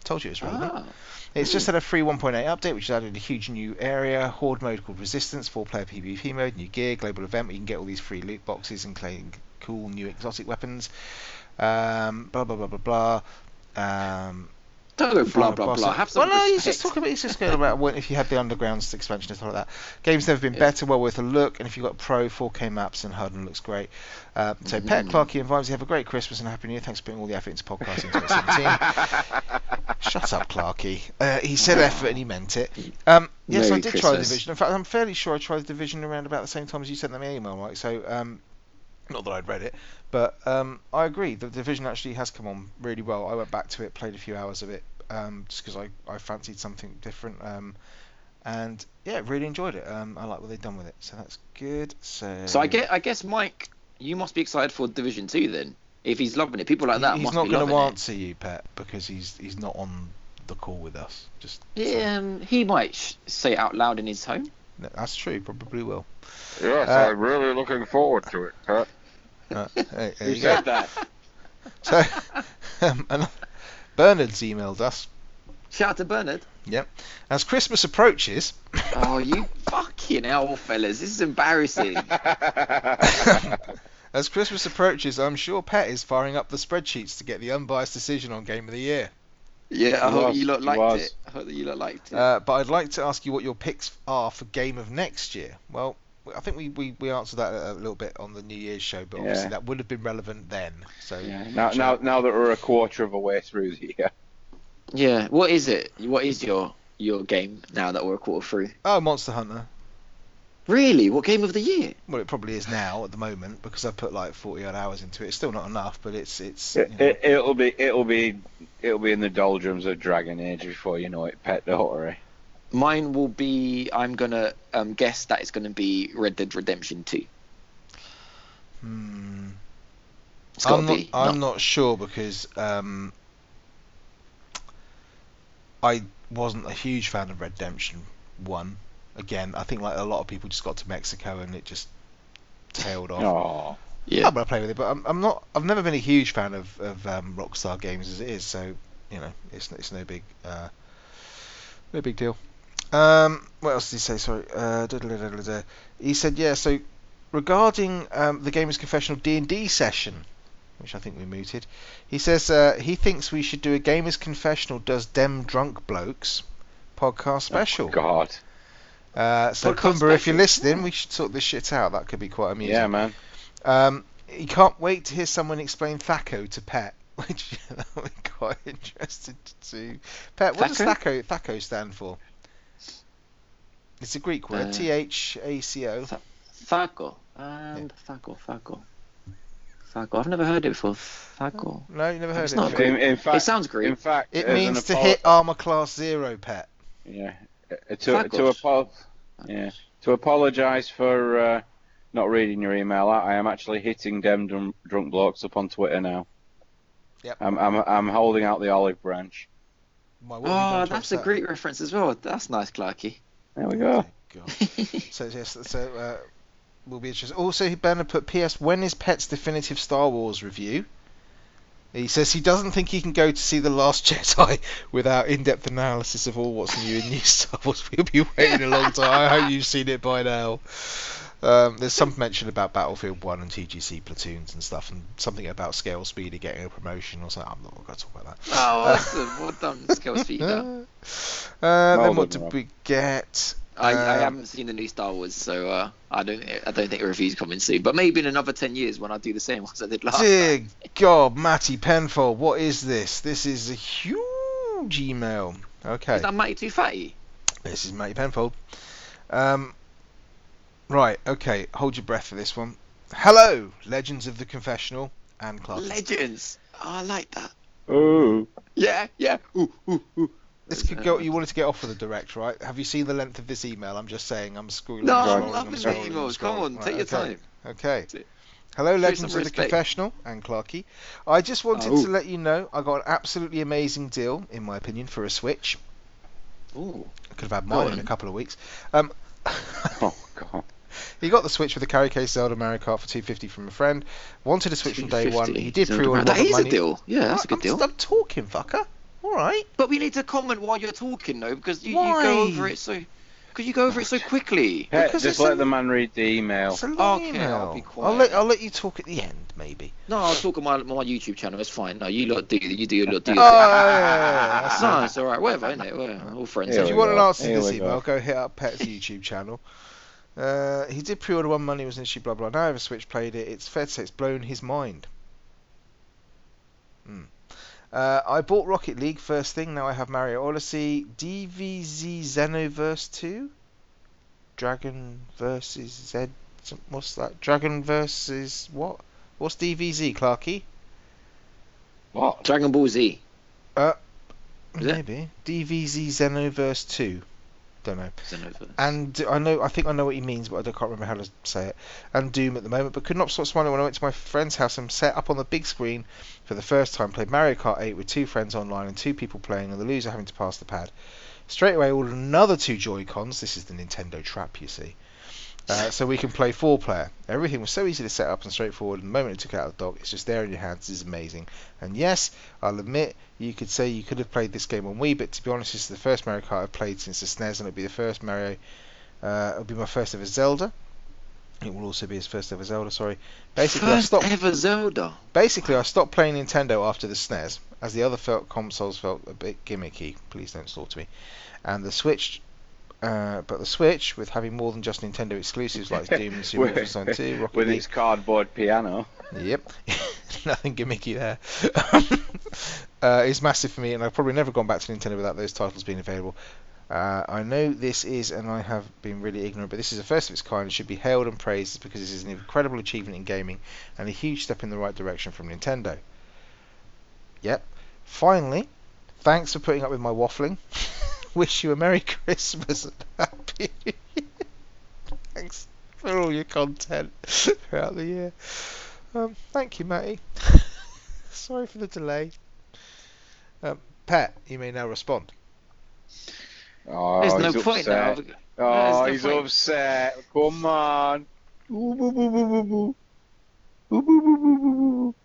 Told you it was relevant. Ah, It's just had a free 1.8 update, which has added a huge new area, horde mode called Resistance, four-player PvP mode, new gear, global event where you can get all these free loot boxes, including cool new exotic weapons. Um, blah blah blah blah blah. Um, don't go blah final blah boss- blah. Have some well, no, he's respect. just talking about he's just going about when- if you have the underground expansion and stuff like that. Game's never been better, well worth a look, and if you've got pro 4K maps and HUD and looks great. Uh, so Mm. Pet Clarky and Vimesy have a great Christmas and a happy new year. Thanks for putting all the effort into podcasting 2017. Shut up, Clarky. Uh, he said effort and he meant it. Um, yes, Merry I did try the Christmas. division. In fact, I'm fairly sure I tried the division around about the same time as you sent them an email, Mike. So um, not that I'd read it, but um, I agree. The division actually has come on really well. I went back to it, played a few hours of it, um, just because I, I fancied something different. Um, and yeah, really enjoyed it. Um, I like what they've done with it, so that's good. So, So I get, I guess Mike, you must be excited for Division Two then. If he's loving it, people He- like that he's must not be going loving to it. answer you, Pet, because he's he's not on the call with us. Just Yeah, um, he might sh- say it out loud in his home. so- that's true. Probably will. Yes, Uh, I'm really looking forward to it. Pat. Uh, there- there You you go. said that. So, um, and Bernard's emailed us. Shout out to Bernard. As Christmas approaches, Oh, you fucking hell, fellas! This is embarrassing. as Christmas approaches, I'm sure Pet is firing up the spreadsheets to get the unbiased decision on Game of the Year. Yeah, I He hope was, you lot he liked was. it. I hope that you lot liked it. Uh, but I'd like to ask you what your picks are for Game of next year. Well, I think we, we, we answered that a little bit on the New Year's show, but obviously Yeah. that would have been relevant then. So Yeah, now, now, now that we're a quarter of a way through the year. yeah, what is it? What is your your game now that we're a quarter through? oh, Monster Hunter. Really? What game of the year? Well, it probably is now at the moment because I've put like 40 odd hours into it. It's still not enough, but it's it's. you It, know, it, it'll be, it'll be, it'll be in the doldrums of Dragon Age before you know it. Pet the Hottery. Mine will be. I'm gonna um, guess that it's gonna be Red Dead Redemption 2. hmm. It's gotta I'm not, be. I'm No. not sure because um, I wasn't a huge fan of Redemption One. Again, I think like a lot of people just got to Mexico and it just tailed off. Oh, Yeah. I'm gonna play with it, but I'm, I'm not. I've never been a huge fan of, of um, Rockstar games as it is, so you know it's it's no big uh, no big deal. Um, what else did he say? Sorry, uh, da-da-da-da-da-da. he said yeah. So regarding um, the Gamers Confessional D and D session, which I think we mooted, he says uh, he thinks we should do a Gamers Confessional does dem drunk blokes podcast special. Oh, God. uh, so Oh Podcast Cumber, if you're special. listening, we should sort this shit out. That could be quite amusing. Yeah, man. Um, he can't wait to hear someone explain Thaco to Pet, which I'm quite interested to. Pet, what does Thaco Thaco stand for? It's a Greek Uh, word, T H A C O. Tha- Thaco. And Thaco, Thaco. Thaco. I've never heard it before. Thaco. No, you never heard It's of not it. Greek. In, in fact, it sounds great. In fact, It as an means to apolo- hit armor class zero, Pet. Yeah. Uh, To, to, Thackles. apo- yeah. to apologise for uh, not reading your email, I, I am actually hitting them drum, drunk blokes up on Twitter now. Yep. I'm, I'm, I'm holding out the olive branch. My, what have you Oh, done to that's a upset Greek reference as well. That's nice, Clarky. There we them? go. God. So yes, so uh, will be interesting. Also, Bernard put, "P.S. When is Pet's definitive Star Wars review?" He says he doesn't think he can go to see the Last Jedi without in-depth analysis of all what's new in new Star Wars. We'll be waiting a long time. I hope you've seen it by now. Um, there's some mention about Battlefield One and TGC platoons and stuff, and something about Scale Speeder getting a promotion or something. I'm not going to talk about that. Oh, awesome. well done, Skills Feeder. Um, Uh, then what done, did Rob. we get? I, I Um, haven't seen the new Star Wars, so uh, I don't I don't think a review's coming soon. But maybe in another ten years when I do the same as I did last. time. Dear God, Matty Penfold, what is this? This is a huge email. Okay, Is that Matty too fatty? this is Matty Penfold. Um, right, okay, hold your breath for this one. Hello, Legends of the Confessional and Clark. Legends. Oh, I like that. Ooh. Yeah, yeah. Ooh, ooh, ooh. this could go. You wanted to get off with a direct, right? Have you seen the length of this email? I'm just saying, I'm scrolling. No, I'm I'm scrolling, loving the scrolling, I'm emails. Come scrolling. on, Right, take your okay. time. Okay. That's it. Hello, Show some Legends of the respect. Confessional and Clarky. I just wanted Oh. to let you know I got an absolutely amazing deal, in my opinion, for a Switch. Ooh. I could have had Go mine in on. a couple of weeks. Um, Oh, God. he got the Switch with the carry case Zelda Mario Kart for 250 from a friend. Wanted a Switch from day one. 250. He did Zelda pre-order Mario- That one, but is a money- deal. Yeah, that's a I'm good deal. st- I'm talking, fucker. All right. But we need to comment while you're talking, though, because you, you Why? go over it so. Because you go over it so quickly. Hey, Because just it's let a- the man read the email. It's a long Okay, email. I'll be I'll let quiet. I'll let you talk at the end, maybe. No, I'll talk on my, my YouTube channel. It's fine. No, you lot do. You do your lot do. Oh, Your yeah, yeah, yeah, thing. that's no, it. it's Ah, all right. Whatever, isn't it? We're all friends. Yeah, if anyway. you we want an go. answer to Here this we email, go. go hit up Pet's YouTube channel. Uh, he did pre-order one money was an issue, blah blah. Now I have a Switch, played it. It's fair to say it's blown his mind. Hmm. Uh, I bought Rocket League first thing. Now I have Mario Odyssey, DVZ Xenoverse 2, Dragon versus Z. What's that? Dragon versus what? What's DVZ, Clarky? What? Dragon Ball Z. Is it? Maybe DVZ Xenoverse 2. Don't know. Xenoverse. and I know I think I know what he means, but I don't- can't remember how to say it. And Doom at the moment, but could not stop smiling when I went to my friend's house and set up on the big screen for the first time. Played Mario Kart 8 with two friends online and two people playing, and the loser having to pass the pad. Straight away, ordered another two Joy Cons. This is the Nintendo trap, you see. Uh, so we can play four player. Everything was so easy to set up and straightforward. And the moment it took it out of the dock, it's just there in your hands. It's amazing. And yes, I'll admit you could say you could have played this game on Wii, but to be honest, this is the first Mario Kart I've played since the SNES, and it'll be the first Mario uh, it'll be my first ever Zelda. It will also be his first ever Zelda. Sorry. Basically, I First stopped. ever Zelda. Basically, I stopped playing Nintendo after the SNES, as the other felt consoles felt a bit gimmicky. Please don't slaughter me. And the Switch, uh, but the Switch, with having more than just Nintendo exclusives like Doom and Super Metroid 2, Rocket With League, its cardboard piano. Yep. Nothing gimmicky there. uh, it's massive for me, and I've probably never gone back to Nintendo without those titles being available. Uh, I know this is, and I have been really ignorant, but this is a first of its kind and should be hailed and praised because this is an incredible achievement in gaming and a huge step in the right direction from Nintendo. Yep. Finally, thanks for putting up with my waffling. Wish you a Merry Christmas and Happy New Year. Thanks for all your content throughout the year. Um, thank you, Matty. Sorry for the delay. Um, Pat, you may now respond. Oh, There's no he's point upset. now. Oh, There's no he's point. upset. Come on. Ooh, boo, boo, boo, boo, boo. Ooh, boo, boo, boo, boo, boo.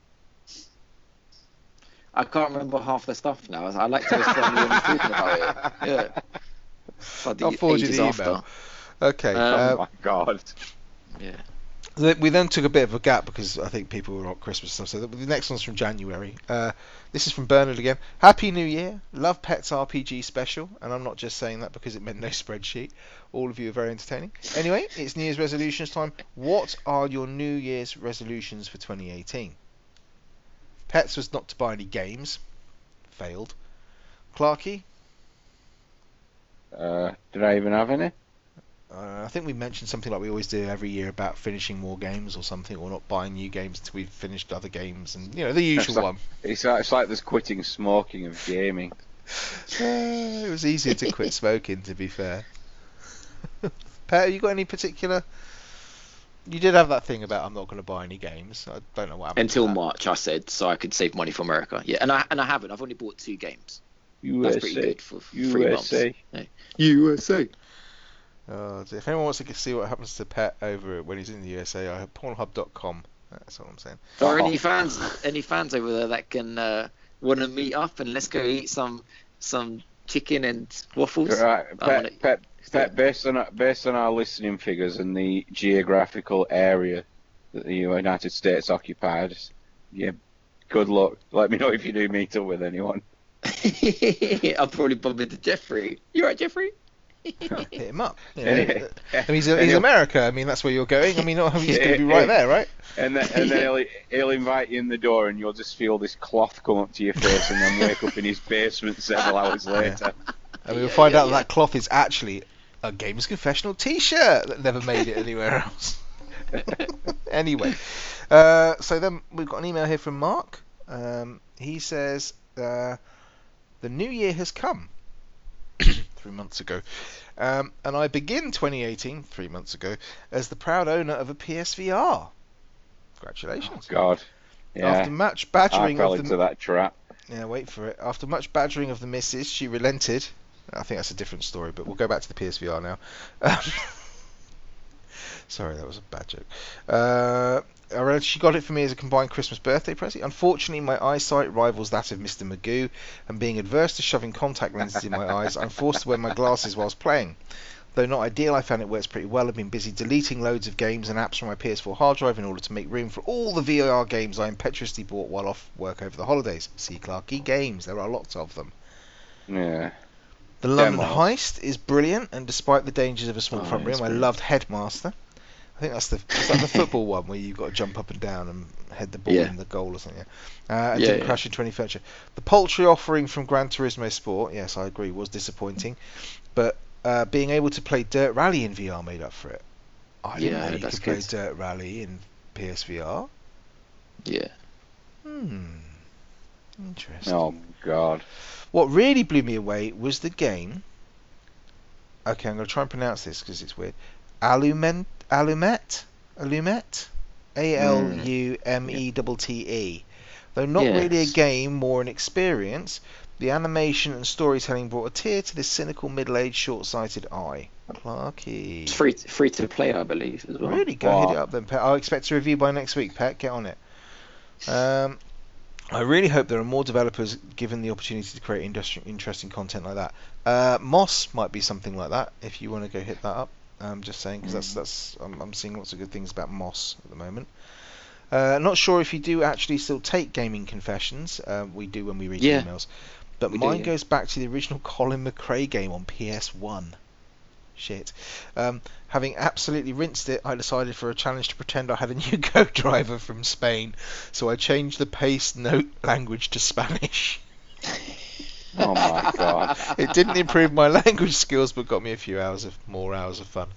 I can't remember half the stuff now. I like to respond when you're talking about it. Yeah. Bloody I'll forward you ages the after. email. Okay. Um, Oh my god. Yeah. th- we then took a bit of a gap because I think people were on Christmas stuff. So the, the next one's from January. Uh, this is from Bernard again. Happy New Year. Love Pets RPG special. And I'm not just saying that because it meant no spreadsheet. All of you are very entertaining. Anyway, it's New Year's resolutions time. What are your New Year's resolutions for 2018? Pets was not to buy any games. Failed. Clarky, Uh, did I even have any? Uh, I think we mentioned something like we always do every year about finishing more games or something, or not buying new games until we've finished other games, and you know the usual That's one. It's like, it's like there's quitting smoking of gaming. Uh, it was easier to quit smoking, to be fair. Pat, have you got any particular? You did have that thing about I'm not going to buy any games. I don't know what happened. to Until that. March, I said, so I could save money for America. Yeah, and I and I haven't. I've only bought two games. That's USA. pretty good for f- three months. USA. USA. Oh, dear. if anyone wants to see what happens to Pat over when he's in the USA, I have Pornhub.com. That's all I'm saying. Or Oh. any fans, any fans over there that can uh, want to meet up and let's go eat some some chicken and waffles. Right, I wanna- Pep, Pep, Pep, based on our- based on our listening figures and the geographical area that the United States occupies, yeah, good luck. Let me know if you do meet up with anyone. I'll probably bump into Jeffrey. You right, Jeffrey? Hit him up. You know, Any- I mean, he's, he's America. I mean, that's where you're going. I mean, he's going to be right there, right? and then, and then he'll, he'll invite you in the door, and you'll just feel this cloth come up to your face, and then wake up in his basement several hours later. And we'll Yeah, find yeah, out yeah. that cloth is actually a Games Confessional T-shirt that never made it anywhere else. anyway, uh, so then we've got an email here from Mark. Um, he says uh, the new year has come three months ago, um, and I begin 2018 three months ago as the proud owner of a PSVR. Oh Congratulations! God, After yeah, much I badgering fell of the into that trap. yeah, wait for it. After much badgering of the missus, she relented. I think that's a different story, but we'll go back to the PSVR now. Um, Sorry, that was a bad joke. Uh, Around, she got it for me as a combined Christmas birthday present. Unfortunately, my eyesight rivals that of Mr. Magoo, and being adverse to shoving contact lenses in my eyes, I'm forced to wear my glasses whilst playing. Though not ideal, I found it works pretty well. I've been busy deleting loads of games and apps from my PS4 hard drive in order to make room for all the VOR games I impetuously bought while off work over the holidays. See Clarky Games, there are lots of them. Yeah. The London Demos. Heist is brilliant, and despite the dangers of a small Oh, front it's room, I brilliant. loved Headmaster. I think that's the is that the football one where you've got to jump up and down and head the ball Yeah. in the goal or something. Yeah. Uh, and Yeah, didn't yeah. crash into any furniture. The poultry offering from Gran Turismo Sport, yes, I agree, was disappointing, but uh, being able to play Dirt Rally in VR made up for it. I didn't Yeah, know you that's could good. play Dirt Rally in PSVR. Yeah. Hmm. Interesting. Oh God. What really blew me away was the game. Okay, I'm going to try and pronounce this because it's weird. Alumen, Alumet? Alumet? A L U M E T T E. Though not really a Yes. game, more an experience, the animation and storytelling brought a tear to this cynical middle aged, short sighted eye. It's Clarky. free free to play, I believe, as well. Really? Go hit Wow. it up then, Pet. I'll expect a review by next week, Pet. Get on it. Um, I really hope there are more developers given the opportunity to create industri- interesting content like that. Uh, Moss might be something like that if you want to go hit that up. I'm just saying because that's that's I'm, I'm seeing lots of good things about Moss at the moment. Uh, not sure if you do actually still take gaming confessions. Um, we do when we read Yeah. emails, but We do, mine yeah. goes back to the original Colin McRae game on PS1. Shit. Um, having absolutely rinsed it, I decided for a challenge to pretend I had a new Go driver from Spain, so I changed the paste note language to Spanish. Oh my God. It didn't improve my language skills, but got me a few hours of more hours of fun.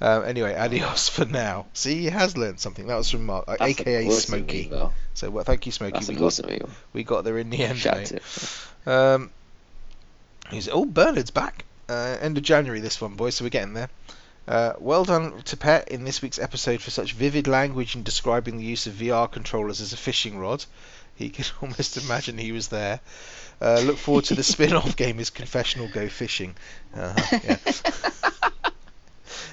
Um, anyway, adios for now. See, he has learned something. That was from Mark, uh, That's aka awesome Smokey. email. So well, thank you, Smokey. That's We an got, awesome email. we got there in the end. Shout mate. it. Um, he's oh Bernard's back. Uh, end of January this one, boys. So we're getting there. Uh, well done to Pet in this week's episode for such vivid language in describing the use of VR controllers as a fishing rod. He could almost imagine he was there. Uh, look forward to the spin-off game is confessional go fishing. Uh-huh, yeah.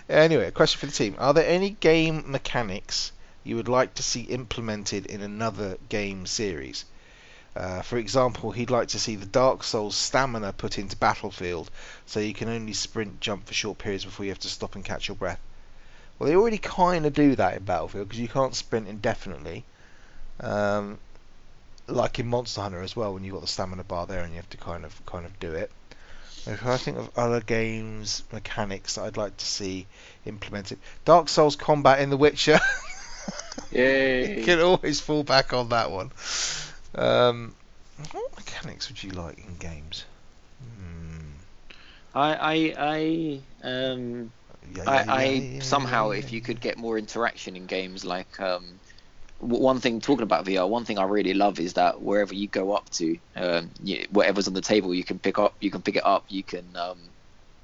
anyway, a question for the team: Are there any game mechanics you would like to see implemented in another game series? Uh, for example, he'd like to see the Dark Souls stamina put into Battlefield, so you can only sprint jump for short periods before you have to stop and catch your breath. Well, they already kind of do that in Battlefield because you can't sprint indefinitely, um, like in Monster Hunter as well. When you've got the stamina bar there and you have to kind of kind of do it. If I think of other games mechanics that I'd like to see implemented, Dark Souls combat in The Witcher. You Yay. can always fall back on that one. Um, what mechanics would you like in games? Hmm. I I I um Yeah, I, yeah, I yeah, yeah, somehow yeah, if yeah. you could get more interaction in games like um w- one thing talking about VR one thing I really love is that wherever you go up to um you, whatever's on the table you can pick up you can pick it up you can um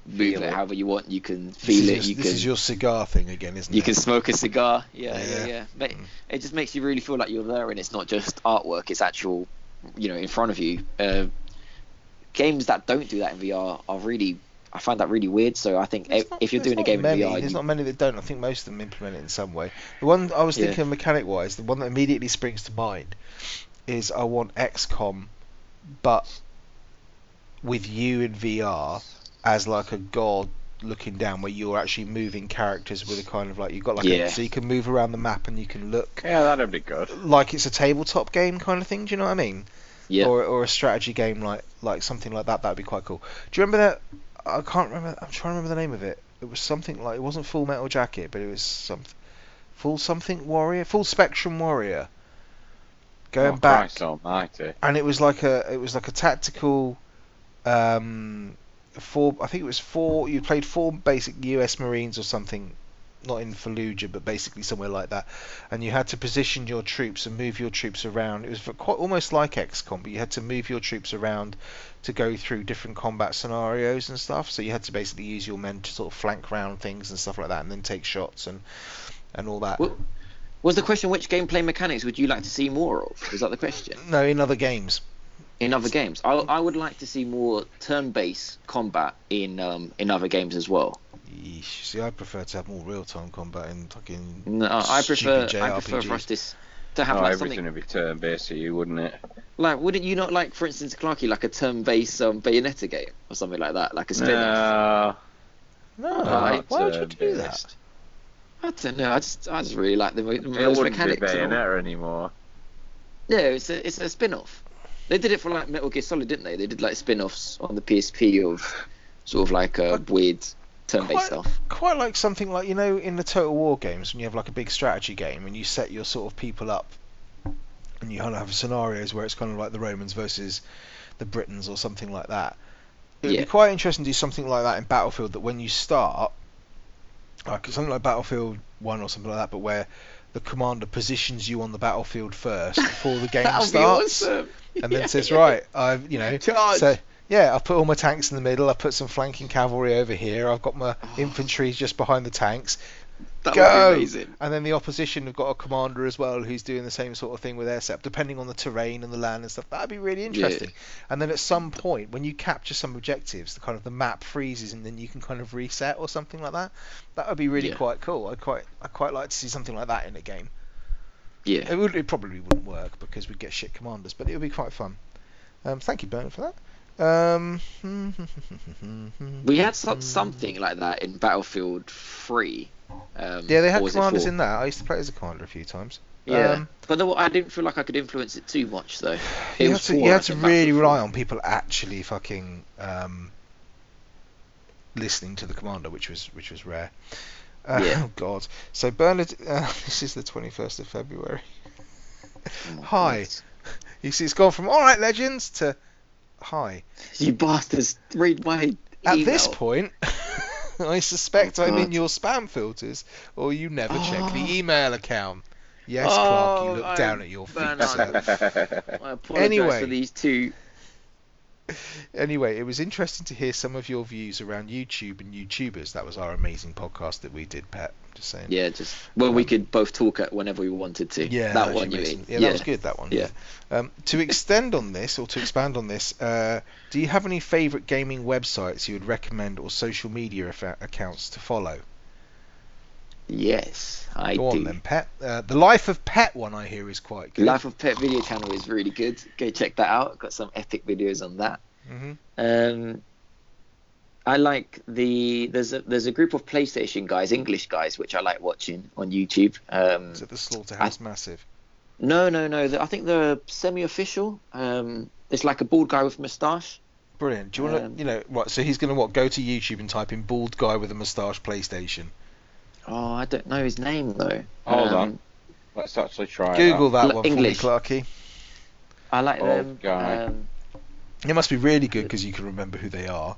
move Feel it, it. however you want you can This feel is it your- you this can is your cigar thing again, isn't you it? can smoke a cigar Yeah, yeah Mm. yeah yeah. yeah, Ma- it just makes you really feel like you're there and it's not just artwork it's actual you know in front of you uh, games that don't do that in VR are really I find that really weird so I think There's if, not- if you're there's doing a not game many, in VR there's you- not many that don't. I think most of them implement it in some way. The one I was Yeah. thinking mechanic-wise, the one that immediately springs to mind is I want XCOM, but with you in VR as like a god looking down, where you're actually moving characters with a kind of like you've got like Yeah. a, so you can move around the map and you can look Yeah, that'd be good. like it's a tabletop game kind of thing. Do you know what I mean? yeah or, or a strategy game like like something like that. That'd be quite cool. Do you remember that? I can't remember. I'm trying to remember the name of it. It was something like it wasn't Full Metal Jacket, but it was something Full Something Warrior, Full Spectrum Warrior. Going oh, back, Christ Almighty. and it was like a it was like a tactical um four I think it was four you played four basic US Marines or something not in Fallujah but basically somewhere like that and you had to position your troops and move your troops around it was v- quite almost like XCOM but you had to move your troops around to go through different combat scenarios and stuff so you had to basically use your men to sort of flank round things and stuff like that and then take shots and and all that Well, was the question which gameplay mechanics would you like to see more of was that the question no in other games in other games I, I would like to see more turn-based combat in um, in other games as well Yeesh. See, I prefer to have more real-time combat in fucking. No, uh, I prefer Stupid I prefer for us JRPGs. this to have Oh, like everything something would be turn based you, wouldn't it? like wouldn't you not like for instance Clarky like a turn based um, Bayonetta game or something like that like a spin off. No, Oh, No, I like why would you do that? turn-based. I don't know. I just I just really like the, mo- the It those wouldn't be mechanics. and all. Bayonetta anymore. No, it's a it's a spin off. They did it for like Metal Gear Solid, didn't they? They did like spin offs on the PSP of sort of like a weird turn Quite- based stuff. Quite like something like you know in the Total War games when you have like a big strategy game and you set your sort of people up, and you kind of have scenarios where it's kind of like the Romans versus the Britons or something like that. It would Yeah. be quite interesting to do something like that in Battlefield. That when you start, like something like Battlefield One or something like that, but where the commander positions you on the battlefield first before the game That would be starts, awesome. and then Yeah, says, yeah. "Right, I've you know, Charge. so yeah, I put all my tanks in the middle. I put some flanking cavalry over here. I've got my infantry just behind the tanks, Oh. That go. would be amazing. and then the opposition have got a commander as well who's doing the same sort of thing with their setup, depending on the terrain and the land and stuff. That'd be really interesting. And then at some point, when you capture some objectives, the kind of the map freezes, and then you can kind of reset or something like that. That would be really Yeah. quite cool. I would quite I quite like to see something like that in a game. Yeah. It, would, it probably wouldn't work because we'd get shit commanders, but it would be quite fun. Um, thank you, Bernard, for that. Um, We had so- something like that in Battlefield 3. Um, yeah, they had or was it commanders four? in that. I used to play as a commander a few times. Yeah, Um, but no, I didn't feel like I could influence it too much though. It you had was to, four, you I had to think, really Battlefield. rely on people actually fucking um, listening to the commander, which was which was rare. Uh, Yeah. Oh God! So Bernard, uh, this is the twenty-first of February. Oh my Hi. God. You see, it's gone from all right, legends to hi. You bastards! Read my At email. this point, I suspect I'm in God. your spam filters, or you never check Oh. the email account. Yes, Clark, you Oh, look I'm down at your feet. burned out. sir. I apologize Anyway. for these two. anyway, it was interesting to hear some of your views around YouTube and YouTubers. That was our amazing podcast that we did, Pet. Just saying. Yeah, just well, we could both talk at whenever we wanted to. Yeah, that was one you amazing. mean? Yeah, that was good. That one. Yeah. Um, to extend on this, or to expand on this, uh, do you have any favourite gaming websites you would recommend or social media affa- accounts to follow? Yes, I Go do. on then, Pet. Uh, the Life of Pet one I hear is quite good. Life of Pet video channel is really good. Go check that out. Got some epic videos on that. Mm-hmm. hmm Um, I like the there's a there's a group of PlayStation guys, English guys, which I like watching on YouTube. Um, Is it the Slaughterhouse Massive? no, no, no. the- I think they're semi-official. Um, it's like a bald guy with moustache. Brilliant. Do you want to, Um, you know, right? So he's going to what? Go to YouTube and type in "bald guy with a moustache PlayStation." Oh, I don't know his name though. Hold Um, on. Let's actually try it Google that L- one English. for me, Clarky. I like Bald them. guy. Um, It must be really good because you can remember who they are.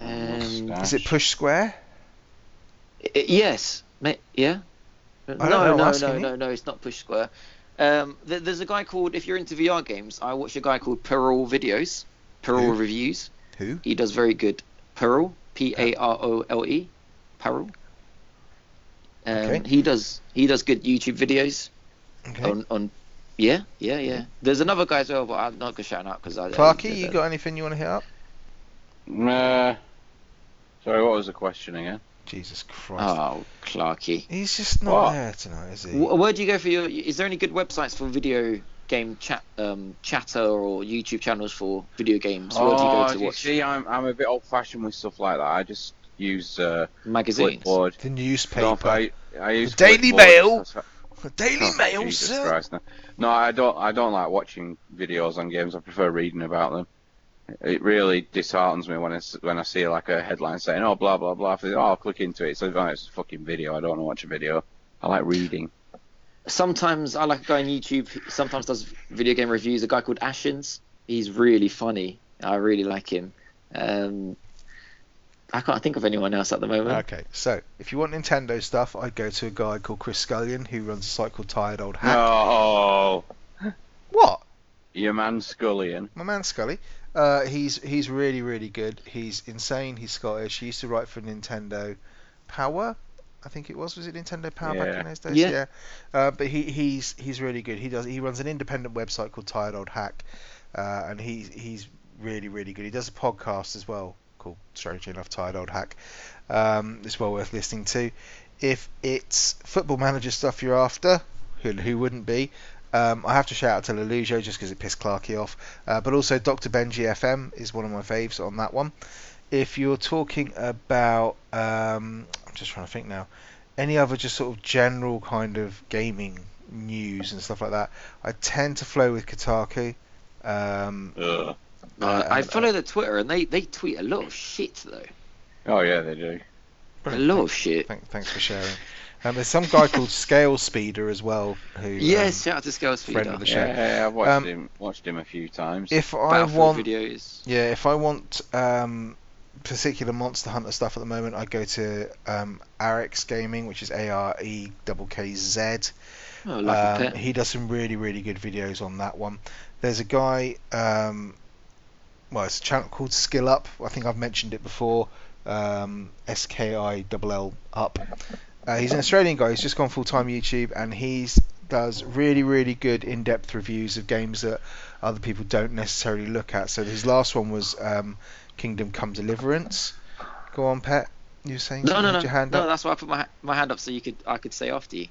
um, Moustache. Is it Push Square? I- I- Yes. Ma- Yeah. don't know, no, I'm no, asking no, you. no, no. It's not Push Square. Um, th- there's a guy called. If you're into VR games, I watch a guy called Peril Videos, Peril Who? Reviews. Who? He does very good. Peril, P A R O L E, Peril. Um, Okay. He does he does good YouTube videos Okay. on on. Yeah, yeah, yeah. There's another guy as well, but I'm not gonna shout him out because I. Clarky, I- you got anything you want to hit up? Uh, sorry, what was the question again? Jesus Christ. Oh, Clarky. He's just not What? there tonight, is he? Wh- Where do you go for your? Is there any good websites for video game chat, um, chatter, or YouTube channels for video games? Where do you go oh, to you watch see, I'm, I'm a bit old fashioned with stuff like that. I just use uh, magazines? Flipboard. The newspaper. No, I, I use Daily Flipboard. Mail. That's right. The Daily Oh, Mail, Jesus sir. Christ, no. No, I don't. I don't like watching videos on games. I prefer reading about them. It really disheartens me when I s- when I see like a headline saying, "Oh, blah blah blah." I think, Oh, I'll click into it. So oh, it's a fucking video. I don't want to watch a video. I like reading. Sometimes I like a guy on YouTube. who Sometimes does video game reviews. A guy called Ashens. He's really funny. I really like him. Um, I can't think of anyone else at the moment. Okay, so if you want Nintendo stuff, I'd go to a guy called Chris Scullion who runs a site called Tired Old Hack. No, What? Oh, your man Scullion. my man Scully. Uh, he's he's really really good. He's insane. He's Scottish. He used to write for Nintendo Power, I think it was. Was it Nintendo Power back Yeah. in those days? Yeah. Uh, but he, he's he's really good. He does he runs an independent website called Tired Old Hack, uh, and he he's really really good. He does a podcast as well called strangely enough Tired Old Hack. Um, it's well worth listening to. If it's football manager stuff you're after, who, who wouldn't be? Um, I have to shout out to Lelujo just because it pissed Clarkey off. Uh, but also Dr. Benji FM is one of my faves on that one. If you're talking about, um, I'm just trying to think now, any other just sort of general kind of gaming news and stuff like that, I tend to flow with Kotaku. Um, Ugh. Uh, Uh, I follow the Twitter and they, they tweet a lot of shit though. Oh yeah, they do. A lot of shit. Thank, thanks for sharing. Um, there's some guy called Scale Speeder as well. Who? um, Yes, shout out to Scale friend Speeder. of the show. Yeah, I've watched Um, him watched him a few times. if I Battlefield want, videos. yeah, if I want um, particular Monster Hunter stuff at the moment, I go to um, Arx Gaming, which is A R E double K Z. Oh, like a Um, pet. he does some really, really good videos on that one. There's a guy, um, well, it's a channel called Skill Up. I think I've mentioned it before. Um, S K I double L Up. Uh, he's an Australian guy. He's just gone full time YouTube, and he's does really, really good in depth reviews of games that other people don't necessarily look at. So his last one was um, Kingdom Come Deliverance. Go on, pet. You were saying No, something? no, no, Had your hand no. up? That's why I put my my hand up so you could I could say after you.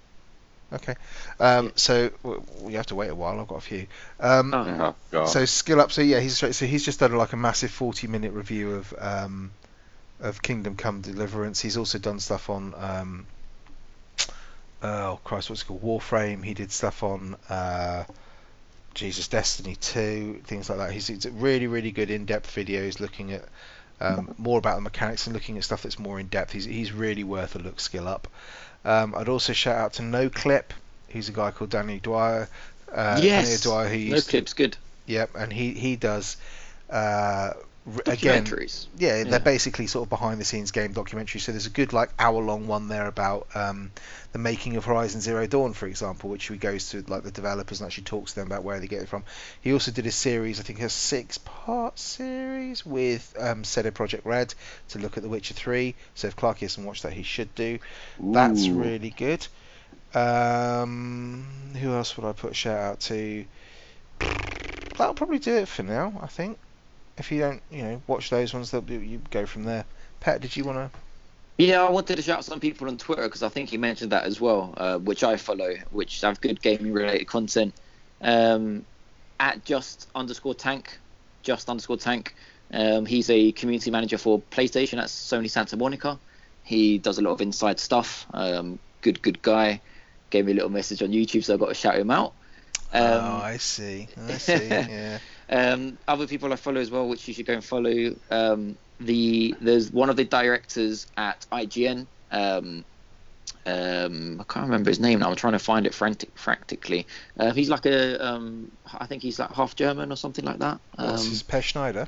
Um, so w- w- you have to wait a while. I've got a few. Um, Oh. oh god. So skill up. So yeah, he's so he's just done like a massive 40 minute review of um, of Kingdom Come Deliverance. He's also done stuff on um, oh Christ, what's it called Warframe. He did stuff on uh, Jesus Destiny 2, things like that. He's, he's really really good in depth videos looking at um, more about the mechanics and looking at stuff that's more in depth. He's he's really worth a look. Skill up. Um, I'd also shout out to No Clip. He's a guy called Danny Dwyer. Uh, Yes. Danny Dwyer, who No used to clips, good. Yep, and he he does. Uh, r- again, Documentaries. yeah, yeah. they're basically sort of behind the scenes game documentary. So there's a good like hour long one there about um, the making of Horizon Zero Dawn, for example, which he goes to like the developers and actually talks to them about where they get it from. He also did a series, I think a six part series with um, CD Project Red to look at The Witcher Three. So if Clark hasn't watched that, he should do. That's Ooh. really good. Um, who else would I put a shout out to? That'll probably do it for now, I think. If you don't, you know, watch those ones, they'll be, you go from there. Pat, did you want to? Yeah, I wanted to shout out some people on Twitter because I think he mentioned that as well, uh, which I follow, which have good gaming related content. Um, at just underscore tank, just underscore tank. Um, he's a community manager for PlayStation at Sony Santa Monica. He does a lot of inside stuff. Um, good, good guy. Gave me a little message on YouTube, so I got to shout him out. Um, oh, I see. I see. yeah. um, other people I follow as well, which you should go and follow. Um, the there's one of the directors at IGN. Um, um, I can't remember his name now. I'm trying to find it frantic, frantically. Uh, he's like a, um, I think he's like half German or something like that. Um, What's his Per Schneider?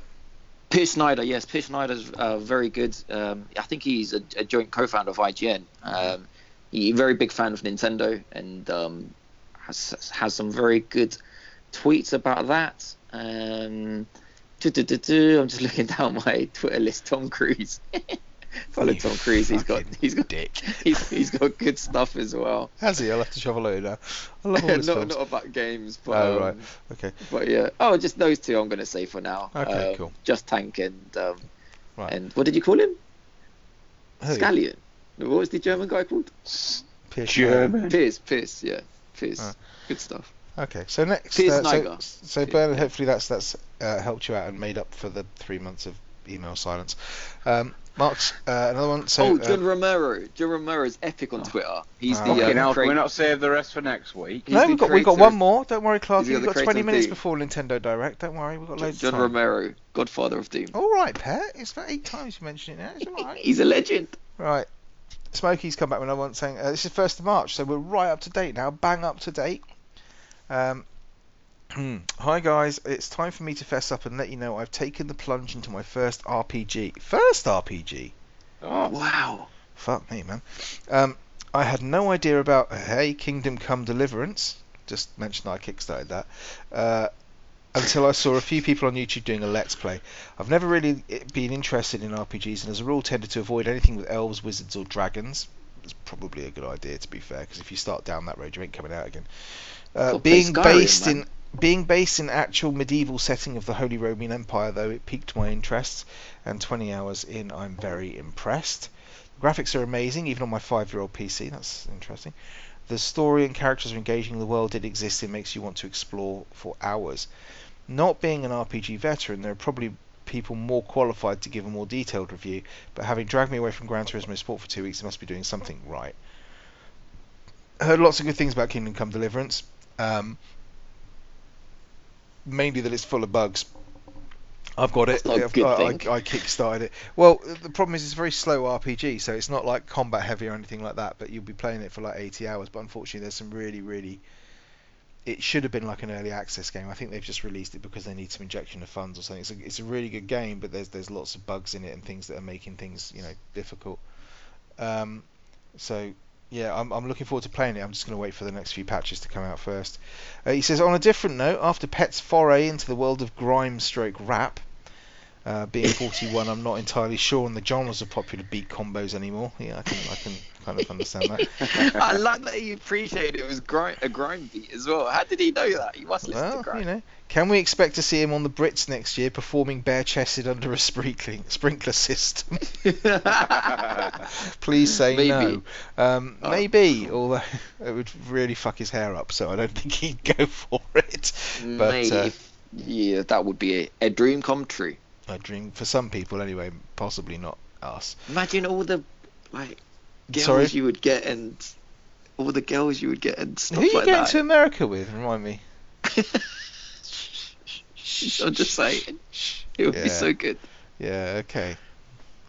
Peter Schneider, yes, Peter Schneider's uh, very good. Um, I think he's a, a joint co-founder of IGN. Um, he's a very big fan of Nintendo and um, has has some very good tweets about that. Um, do, do, do, do. I'm just looking down my Twitter list. Tom Cruise. Follow You Tom Cruise. He's got fucking he's got dick. he's, he's got good stuff as well. Has he? I'll have to shovel it now. I love all not his not films. about games, but Oh, um, right. Okay. but yeah. Oh, just those two. I'm gonna say for now. Okay, Um, cool. Just Tank and um, Right. and what did you call him? Who? Scallion. What was the German guy called? Per Schneider. German. Pierce, Pierce, yeah. Pierce. Ah. Good stuff. Okay, so next, Piers uh, so, Niger. so Bernard, hopefully that's that's uh, helped you out and made up for the three months of email silence. Um, Mark's uh, another one. So, oh, uh, John Romero. John Romero's epic on Twitter. He's Oh. the Fucking Yeah, uh, hell, can creator. we not save the rest for next week? he's no, the we've got we've got creator one of- more. Don't worry, Clark. he's the We've other got creator 20 of minutes Doom. before Nintendo Direct. Don't worry, we've got loads John of time. Romero, Godfather of Doom. All right, Pat. It's about eight times you mentioned it now. It's all right. He's a legend. Right. Smokey's come back when I want saying uh, this is first of March, so we're right up to date now, bang up to date. Um, hi guys, it's time for me to fess up and let you know I've taken the plunge into my first RPG. First RPG. Oh, Wow. Fuck me, man. Um, I had no idea about hey Kingdom Come Deliverance. Just mentioned I kickstarted that. Uh, until I saw a few people on YouTube doing a let's play. I've never really i- been interested in RPGs, and as a rule, tended to avoid anything with elves, wizards, or dragons. It's probably a good idea, to be fair, because if you start down that road, you ain't coming out again. Uh, Well, play being Skyrim, based man. in Being based in actual medieval setting of the Holy Roman Empire, though, it piqued my interest, and 20 hours in, I'm very impressed. The graphics are amazing, even on my five-year-old PC. That's interesting. The story and characters are engaging. The world did exist. It makes you want to explore for hours. Not being an RPG veteran, there are probably people more qualified to give a more detailed review. But having dragged me away from Gran Turismo Sport for two weeks, they must be doing something right. Heard lots of good things about Kingdom Come Deliverance. Um, mainly that it's full of bugs. I've got it. That's not a I've- good I, thing. I, I kickstarted it. Well, the problem is it's a very slow RPG, so it's not like combat heavy or anything like that. But you'll be playing it for like 80 hours. But unfortunately, there's some really, really. It should have been like an early access game. I think they've just released it because they need some injection of funds or something. It's a, it's a really good game, but there's there's lots of bugs in it and things that are making things you know difficult. Um, so yeah, I'm, I'm looking forward to playing it. I'm just going to wait for the next few patches to come out first. Uh, he says, on a different note, after Pet's foray into the world of grime stroke rap, uh, being 41, I'm not entirely sure on the genres of popular beat combos anymore. Yeah, I can, I can kind of understand that. I like that he appreciated it was grime, a grime beat as well. How did he know that? He must listen to well, grime. you know, can we expect to see him on the Brits next year performing bare-chested under a sprinkling, sprinkler system? Please say Maybe. no. Um, Oh. Maybe, although it would really fuck his hair up, so I don't think he'd go for it. But, Mate, uh, if- yeah, that would be a, a dream come true. I dream for some people anyway, possibly not us. Imagine all the like girls Sorry? you would get and all the girls you would get and stuff Who are you like going that. to America with? Remind me. I'm just saying, it would be Yeah. so good. Yeah. Okay.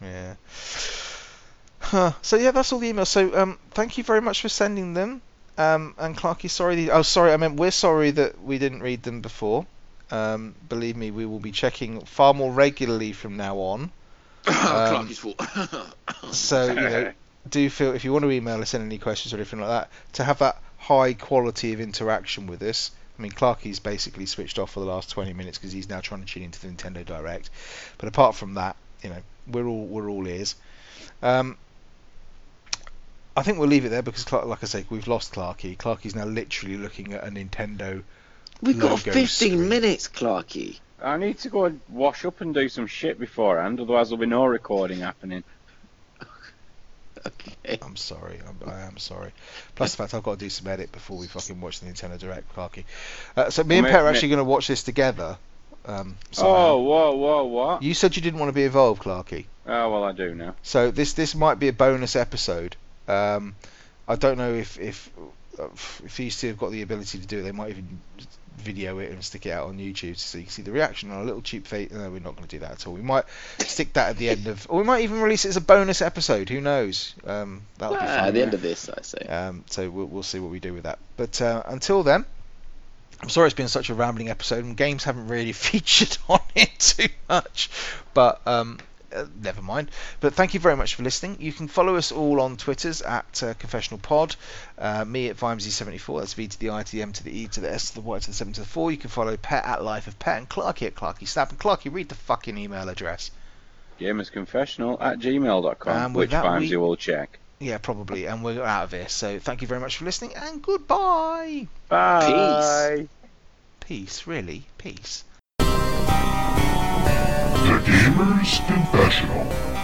Yeah. Huh. So yeah, that's all the emails. So um, thank you very much for sending them. Um, and Clarky, sorry. The, oh, sorry. I meant we're sorry that we didn't read them before. Um, believe me, we will be checking far more regularly from now on. Um, Clarky's fault. So you know, do feel if you want to email us in any questions or anything like that to have that high quality of interaction with us. I mean, Clarky's basically switched off for the last 20 minutes because he's now trying to tune into the Nintendo Direct. But apart from that, you know, we're all we're all ears. Um, I think we'll leave it there because, Clark, like I say, we've lost Clarky. Clarky's now literally looking at a Nintendo. We've got Logo 15 screen. minutes, Clarky. I need to go and wash up and do some shit beforehand, otherwise there'll be no recording happening. Okay. I'm sorry, I'm, I am sorry. Plus the fact I've got to do some edit before we fucking watch the Nintendo Direct, Clarky. Uh, so me and Well, Pet may- are may- actually going to watch this together. Um, somehow. Oh, whoa, whoa, what? You said you didn't want to be involved, Clarky. Oh, well, I do now. So this this might be a bonus episode. Um, I don't know if if uh, if these two have got the ability to do it, they might even video it and stick it out on YouTube so you can see the reaction on a little cheap fate. No, we're not going to do that at all. We might stick that at the end of, or we might even release it as a bonus episode. Who knows? Um, that'll be Ah, fun. at the end of this, I say. Um, so we'll, we'll see what we do with that. But uh, until then, I'm sorry it's been such a rambling episode, and games haven't really featured on it too much. But um, uh, never mind. But thank you very much for listening. You can follow us all on Twitters at uh, Confessional Pod, uh, me at Vimesy74. That's V to the I to the M to the E to the S to the Y to the 7 to the 4. You can follow Pet at Life of Pet and Clarky at Clarky Snap. And Clarky, read the fucking email address. Gamersconfessional at gmail.com, And with which that, times we- you will check. Yeah, probably. And we're out of here. So thank you very much for listening, and goodbye. Bye. Peace, really. Peace. The Gamer's Confessional.